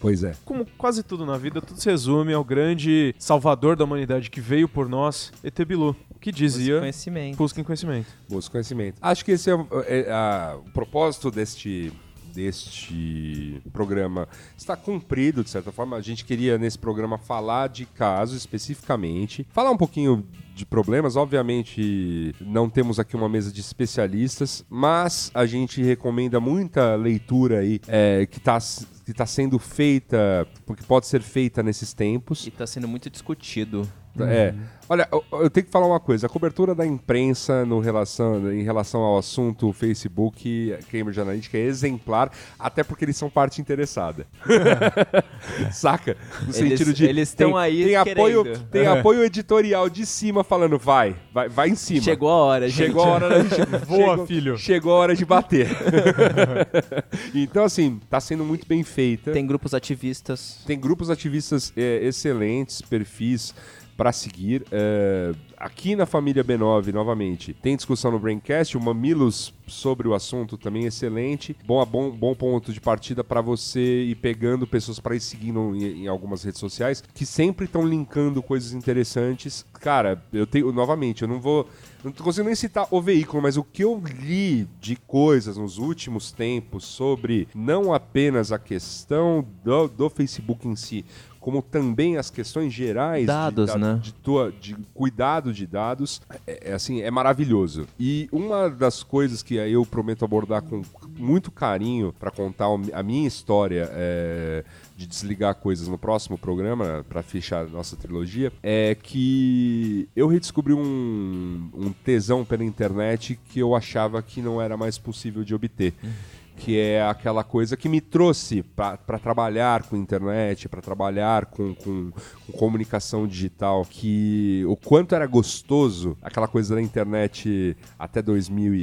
S3: Pois é.
S6: Como quase tudo na vida, tudo se resume ao grande salvador da humanidade que veio por nós, ET Bilu, que dizia...
S4: Conhecimento.
S6: Busquem conhecimento.
S3: Busca conhecimento. Acho que esse é, o- é- a- o propósito deste deste programa está cumprido de certa forma a gente queria nesse programa falar de casos especificamente falar um pouquinho de problemas obviamente não temos aqui uma mesa de especialistas mas a gente recomenda muita leitura aí é, que está que tá sendo feita porque pode ser feita nesses tempos
S4: E tá sendo muito discutido.
S3: é. Olha, eu, eu tenho que falar uma coisa. A cobertura da imprensa no relação, em relação ao assunto Facebook, Cambridge Analytica, é exemplar, até porque eles são parte interessada. Saca? No sentido de.
S4: eles tão
S3: tem-
S4: aí
S3: Tem, apoio,
S4: querendo. É.
S3: tem apoio editorial de cima falando, vai, vai, vai em cima.
S4: Chegou a hora, gente.
S3: Chegou a hora da gente.
S6: Voa,
S3: chegou-
S6: filho.
S3: Chegou a hora de bater. então, assim, tá sendo muito bem feita.
S4: Tem grupos ativistas.
S3: Tem grupos ativistas é, excelentes, perfis para seguir. É, aqui na família B9, novamente, tem discussão no Braincast, o Mamilos sobre o assunto também excelente. Bom, bom, bom ponto de partida para você ir pegando pessoas para ir seguindo em, em algumas redes sociais que sempre estão linkando coisas interessantes. Cara, eu tenho, novamente, eu não vou. Não tô conseguindo nem citar o veículo, mas o que eu li de coisas nos últimos tempos sobre não apenas a questão do, do Facebook em si, como também as questões gerais de-
S4: Dados,
S3: da-
S4: né?
S3: de, tua, de cuidado de dados, é, é, assim, é maravilhoso. E uma das coisas que eu prometo abordar com muito carinho para contar o- a minha história é, de desligar coisas no próximo programa, para fechar a nossa trilogia, é que eu redescobri um, um tesão pela internet que eu achava que não era mais possível de obter que é aquela coisa que me trouxe para trabalhar com internet, para trabalhar com, com- com comunicação digital, que o quanto era gostoso aquela coisa da internet até 2003,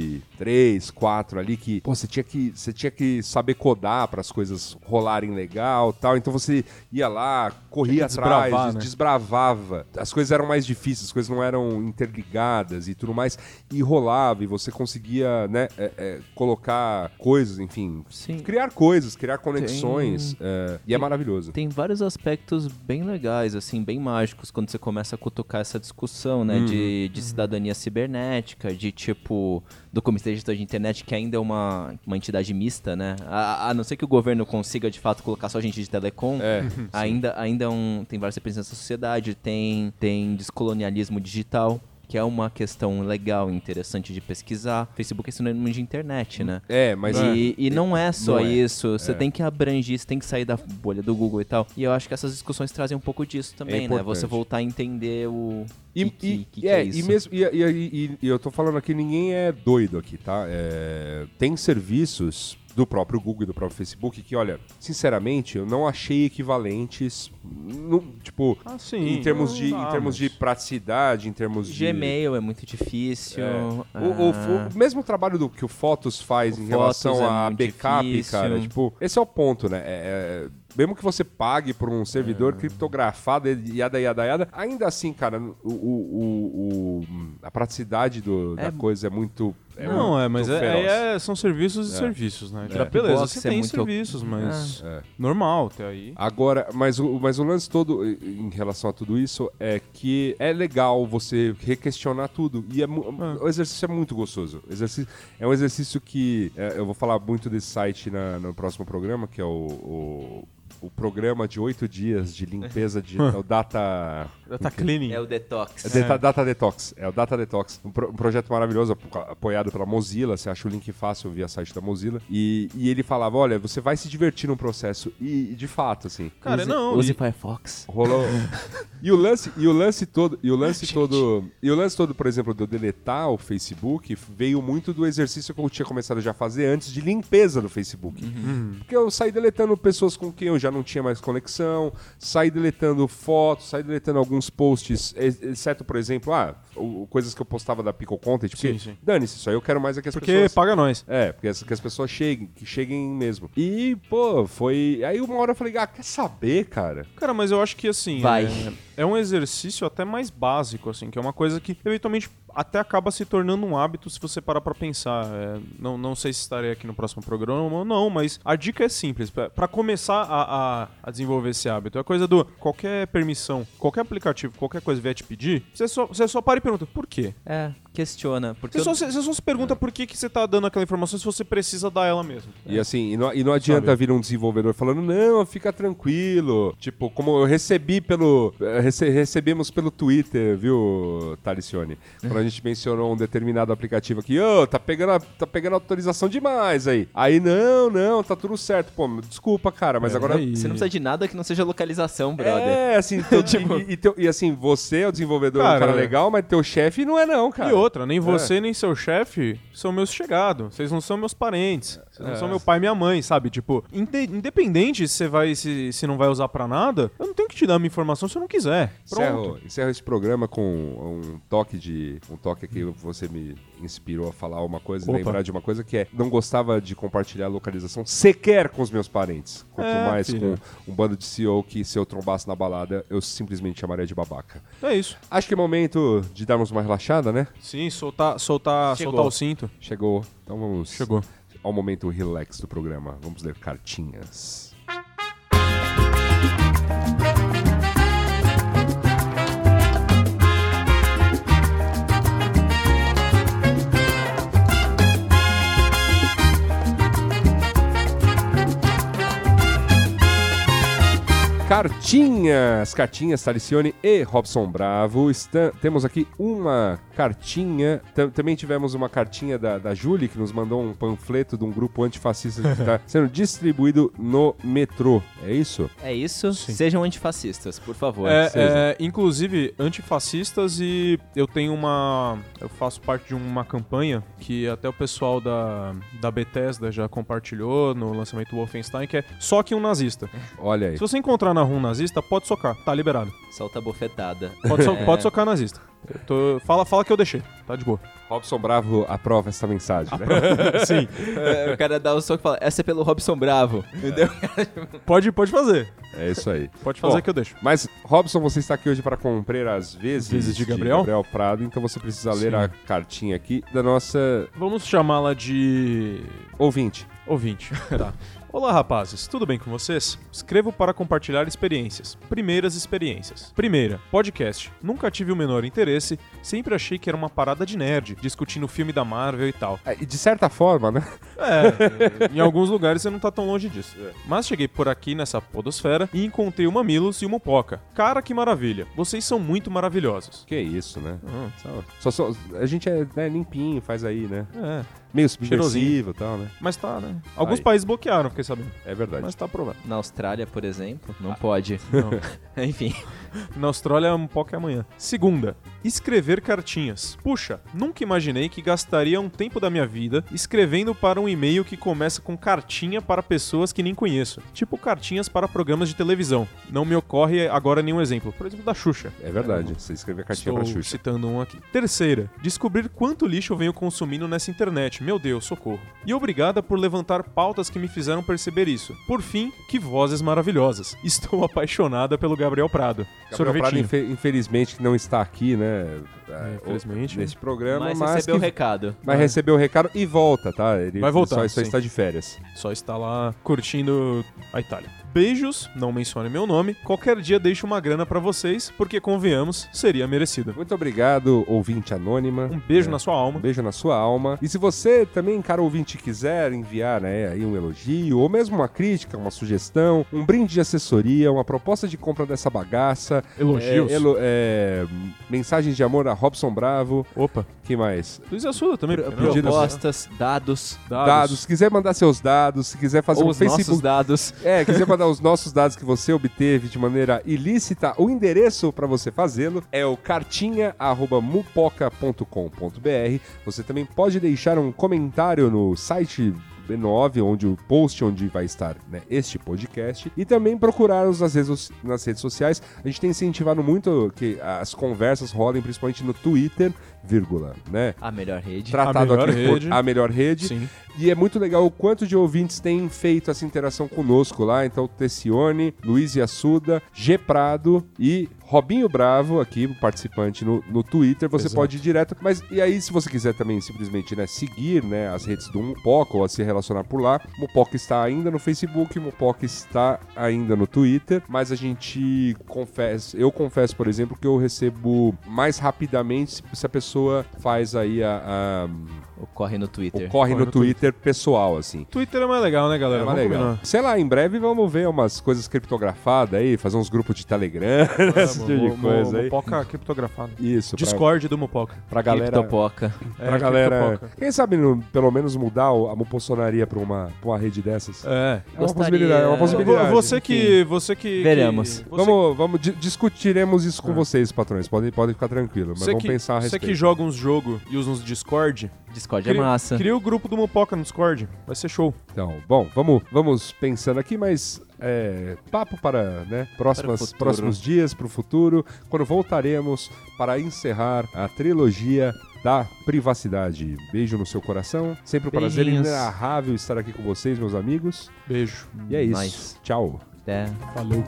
S3: 2004 ali que pô, você tinha que você tinha que saber codar para as coisas rolarem legal, tal. Então você ia lá, corria
S6: Tinha que desbravar,
S3: atrás,
S6: né?
S3: desbravava. As coisas eram mais difíceis, as coisas não eram interligadas e tudo mais. E rolava, e você conseguia, né, é, é, colocar coisas, enfim.
S4: Sim.
S3: Criar coisas, criar conexões. é, e é maravilhoso.
S4: Tem vários aspectos bem legais, assim, bem mágicos, quando você começa a cutucar essa discussão, né?
S3: Uhum.
S4: De, de cidadania cibernética, de tipo, do Comitê Gestor de Internet, que ainda é uma, uma entidade mista, né? A, a não ser que o governo consiga, de fato, colocar só gente de telecom,
S3: É,
S4: ainda, ainda é um, tem várias representantes da sociedade, tem, tem descolonialismo digital. Que é uma questão legal e interessante de pesquisar. Facebook é sinônimo de internet, né?
S3: É, mas.
S4: E, e não é só
S3: Não é.
S4: isso. Você tem que abranger, você tem que sair da bolha do Google e tal. E eu acho que essas discussões trazem um pouco disso também, né?
S3: É importante.
S4: Você voltar a entender o.
S3: E,
S4: o que,
S3: e-
S4: que- que
S3: é,
S4: é,
S3: e
S4: isso.
S3: mesmo e, e- e- e eu tô falando aqui, ninguém é doido aqui, tá? É, tem serviços do próprio Google e do próprio Facebook que, olha, sinceramente, eu não achei equivalentes, não- tipo,
S6: Ah, sim.
S3: em termos
S6: Não
S3: de
S6: dá,
S3: em termos de
S6: mas-
S3: praticidade, em termos de
S4: Gmail é muito difícil.
S3: É.
S4: ah,
S3: O, o- o- o mesmo trabalho do, que o Fotos faz
S4: O
S3: em
S4: Fotos
S3: relação
S4: é
S3: a
S4: muito
S3: backup,
S4: difícil.
S3: cara, tipo, esse é o ponto, né? É- é- mesmo que você pague por um servidor
S4: Ah.
S3: criptografado, e yada, yada, yada, ainda assim, cara, o, o- o- o- a praticidade do- da coisa é muito. É
S4: um
S6: não,
S3: muito
S6: é, mas é-
S3: feroz.
S6: é- são serviços e serviços, né? Tipo, Beleza,
S4: Dropbox
S6: você
S4: é
S6: tem
S4: muito-
S6: serviços, mas normal até aí.
S3: Agora, mas o, mas o lance todo eh, em relação a tudo isso é que é legal você requestionar tudo. E é, mu- o exercício é muito gostoso. O exercício, é um exercício que. eh, eu vou falar muito desse site na- no próximo programa, que é o. o o programa de oito dias de limpeza digital, data...
S6: Data cleaning.
S4: É o detox.
S3: É Data, Data Detox, é o Data Detox. Um, pro- um projeto maravilhoso, apo- apoiado pela Mozilla. Você acha o link fácil via site da Mozilla. E, e ele falava: olha, você vai se divertir no processo. E, e de fato, assim.
S6: Cara,
S4: use,
S6: não.
S4: Use
S6: e-
S4: Firefox.
S3: Rolou. e o lance, e o lance todo, e o lance todo, e o lance todo, por exemplo, de eu deletar o Facebook veio muito do exercício que eu tinha começado já a fazer antes de limpeza do Facebook.
S6: Uhum.
S3: Porque eu saí deletando pessoas com quem eu já não tinha mais conexão, saí deletando fotos, saí deletando alguns posts, ex- exceto, por exemplo, ah, o- o- coisas que eu postava da Pico Content, porque
S6: Sim, sim.
S3: dane-se, isso aí eu quero mais é que as
S6: Porque
S3: pessoas
S6: paga nós.
S3: é, porque as, que as pessoas cheguem, que cheguem mesmo. E, pô, foi. Aí uma hora eu falei, ah, quer saber, cara?
S6: Cara, mas eu acho que assim.
S4: Vai.
S6: É, é um exercício até mais básico, assim, que é uma coisa que eventualmente até acaba se tornando um hábito se você parar pra pensar. É, não, não sei se estarei aqui no próximo programa ou não, mas a dica é simples. Pra- Pra começar a, a, a desenvolver esse hábito, é coisa do qualquer permissão, qualquer aplicativo, qualquer coisa vier te pedir, você só, você só para e pergunta, por quê?
S4: É, questiona. Porque
S6: Você,
S4: eu- É.
S6: só, você só se pergunta por que, que você tá dando aquela informação se você precisa dar ela mesmo.
S3: E assim, e não, e não adianta vir um desenvolvedor falando, não, fica tranquilo. Tipo, como eu recebi pelo. eh, rece- recebemos pelo Twitter, viu, Talicione?
S6: É.
S3: Quando a gente mencionou um determinado aplicativo aqui, ô, tá, pegando a- tá pegando autorização demais aí. Aí, não, não, tá tudo certo. Pô, desculpa, cara, mas agora.
S6: Peraí.
S4: Você não precisa de nada que não seja localização, brother.
S3: É, assim, teu- e, e teu- e assim, você é o desenvolvedor, é um
S6: Tipo Cara,
S3: cara legal, mas teu chefe não é não, cara.
S6: E outra, nem você nem seu chefe são meus chegados. Vocês não são meus parentes. Vocês
S3: É.
S6: não são meu pai e minha mãe, sabe? Tipo, inde- independente se você vai se, se não vai usar pra nada, eu não tenho que te dar uma informação se eu não quiser.
S3: é
S6: Pronto.
S3: Encerro, encerro esse programa com um toque de. Um toque que você me inspirou a falar uma coisa,
S6: Opa.
S3: lembrar de uma coisa que é não gostava de compartilhar localização sequer com os meus parentes. Quanto
S6: É,
S3: mais
S6: filho.
S3: com um bando de CEO que se eu trombasse na balada, eu simplesmente chamaria de babaca.
S6: É isso.
S3: Acho que é momento de darmos uma relaxada, né?
S6: Sim, soltar, soltar,
S4: Chegou.
S6: soltar o cinto.
S3: Chegou. Então vamos.
S6: Chegou.
S3: Ao momento relax do programa. Vamos ler cartinhas. Cartinhas, cartinhas, Salicione e Robson Bravo. Estam- temos aqui uma cartinha. Tam- também tivemos uma cartinha da, da Julie, que nos mandou um panfleto de um grupo antifascista que está sendo distribuído no metrô. É isso?
S4: É, isso. Sejam antifascistas, por favor.
S6: É,
S3: seja.
S6: é, inclusive, antifascistas e eu tenho uma. Eu faço parte de uma campanha que até o pessoal da, da Bethesda já compartilhou no lançamento do Wolfenstein, que é só que um nazista.
S3: Olha aí.
S6: Se você encontrar na rua um nazista, pode socar, tá liberado.
S3: é.
S4: Solta a bofetada.
S6: Pode, so-
S4: É.
S6: pode socar nazista. Eu tô- fala, fala que eu deixei, tá de boa.
S3: Robson Bravo aprova essa mensagem, né?
S6: Sim,
S4: É, o cara dá o soco e fala, essa é pelo Robson Bravo. Entendeu?
S6: pode, pode fazer.
S3: É isso aí.
S6: Pode fazer
S3: Bom,
S6: que eu deixo.
S3: Mas, Robson, você está aqui hoje para cumprir as vezes,
S6: Vezes de Gabriel?
S3: Prado, então você precisa ler
S6: Sim.
S3: a cartinha aqui da nossa
S6: Vamos chamá-la de
S3: ouvinte.
S6: Ouvinte. Tá. Olá, rapazes, tudo bem com vocês? Escrevo para compartilhar experiências. Primeiras experiências. Primeira, podcast. Nunca tive o menor interesse, sempre achei que era uma parada de nerd, discutindo filme da Marvel e tal.
S3: É, e De certa forma, né?
S6: É, em alguns lugares você não tá tão longe disso. Mas cheguei por aqui nessa podosfera e encontrei o Mamilos e o Mupoca. Cara, que maravilha. Vocês são muito maravilhosos.
S3: Que isso, né?
S6: Hum.
S3: Só, só- a gente é né, limpinho, faz aí, né?
S6: É,
S3: Meio
S6: Cheirosinho.
S3: subversivo e tal, né?
S6: mas tá, né? Alguns
S3: Aí.
S6: países bloquearam, fiquei sabendo.
S3: É verdade.
S6: Mas tá aprovado.
S4: Na Austrália, por exemplo, não pode. Enfim.
S6: Na Austrália, um pouco é amanhã. Segunda, escrever cartinhas. Puxa, nunca imaginei que gastaria um tempo da minha vida escrevendo para um e-mail que começa com cartinha para pessoas que nem conheço. Tipo cartinhas para programas de televisão. Não me ocorre agora nenhum exemplo. Por exemplo, da Xuxa.
S3: É verdade. Você escreveu a cartinha
S6: Estou
S3: pra Xuxa.
S6: citando um aqui. Terceira, descobrir quanto lixo eu venho consumindo nessa internet. Meu Deus, socorro. E obrigada por levantar pautas que me fizeram perceber isso. Por fim, que vozes maravilhosas. Estou apaixonada pelo Gabriel Prado.
S3: Gabriel Prado,
S6: Sorvetinho. É,
S3: infe- infelizmente, que não está aqui, né? ah,
S6: infelizmente, É.
S3: o- Nesse programa,
S4: Mas,
S3: mas,
S4: recebeu o
S3: que-
S4: recado.
S3: mas recebeu o recado e volta, tá? Ele
S6: Vai voltar,
S3: Só, só
S6: sim.
S3: está de férias.
S6: Só está lá curtindo a Itália. Beijos, não mencione meu nome. Qualquer dia deixo uma grana pra vocês, porque convenhamos, seria merecido.
S3: Muito obrigado, ouvinte anônima.
S6: Um beijo
S3: É.
S6: na sua
S3: Um
S6: alma.
S3: beijo na sua alma. E se você também, cara ouvinte, quiser enviar né, aí um elogio, ou mesmo uma crítica, uma sugestão, um brinde de assessoria, uma proposta de compra dessa bagaça,
S6: Elogios.
S3: é, elo- é, mensagens de amor a Robson Bravo,
S6: Opa.
S3: que mais?
S6: Luiz Assuda também.
S4: Pro-
S6: por que não? é
S3: né?
S4: Propostas, dados,
S6: Dados.
S3: Dados. Se quiser mandar seus dados, se quiser fazer
S4: ou
S3: um
S4: os nossos
S3: Facebook.
S4: dados.
S3: É, quiser mandar os nossos dados que você obteve de maneira ilícita, o endereço para você fazê-lo é o cartinha@mupoca.com.br. Você também pode deixar um comentário no site B9, onde o post onde vai estar né, este podcast, e também procurar-nos nas redes, nas redes sociais. A gente tem incentivado muito que as conversas rolem, principalmente no Twitter, vírgula, né?
S4: A melhor rede.
S3: Tratado
S6: melhor
S3: aqui por
S6: rede.
S3: a melhor rede.
S6: Sim.
S3: E é muito legal o quanto de ouvintes têm feito essa interação conosco lá. Então, Tessione, Luiz Assuda, G Prado e Robinho Bravo, aqui, um participante no, no Twitter. Você pode ir direto. Mas e aí, se você quiser também simplesmente né, seguir né, as redes do Mupoca ou se relacionar por lá, Mupoca está ainda no Facebook, Mupoca está ainda no Twitter. Mas a gente confessa, eu confesso, por exemplo, que eu recebo mais rapidamente se- se a pessoa faz aí a. a
S4: Ocorre no Twitter.
S3: ocorre
S6: no
S3: no Twitter pessoal, assim.
S6: Twitter é mais legal, né, galera?
S3: É mais
S6: Vamos
S3: legal.
S6: combinar.
S3: Sei lá, em breve vamos ver umas coisas criptografadas aí, fazer uns grupos de Telegram, esse tipo de
S6: Mo- mo-
S3: coisa aí.
S6: Mopoca criptografada.
S3: Isso, pra-
S6: Discord do Mopoca.
S3: pra, galera.
S4: Criptopoca.
S3: Pra
S6: É,
S3: galera.
S6: criptopoca.
S3: Quem sabe no- pelo menos mudar o- a mupoçonaria pra uma, pra uma rede dessas?
S6: É.
S3: É uma
S4: Gostaria.
S3: possibilidade, é uma possibilidade.
S6: Vo- Você que. Você que.
S4: Veremos.
S6: que- você É.
S3: Vamos, vamos di- discutiremos isso com vocês, patrões. Podem, podem ficar tranquilos, mas
S6: Você
S3: vamos
S6: que,
S3: pensar a
S6: você
S3: respeito.
S6: que joga uns jogos e usa uns Discord,
S4: Discord é
S6: cria,
S4: massa.
S6: cria o grupo do Mopoca no Discord. Vai ser show.
S3: Então, bom, vamos, vamos pensando aqui, mas é, papo para né, próximas-
S4: Para o futuro.
S3: próximos dias, para o futuro, quando voltaremos para encerrar a trilogia da privacidade. Beijo no seu coração. Sempre um prazer
S4: Beijinhos.
S3: inenarrável estar aqui com vocês, meus amigos.
S6: Beijo.
S3: E é isso.
S4: Nice.
S3: Tchau.
S4: Até.
S6: Valeu.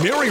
S5: Mary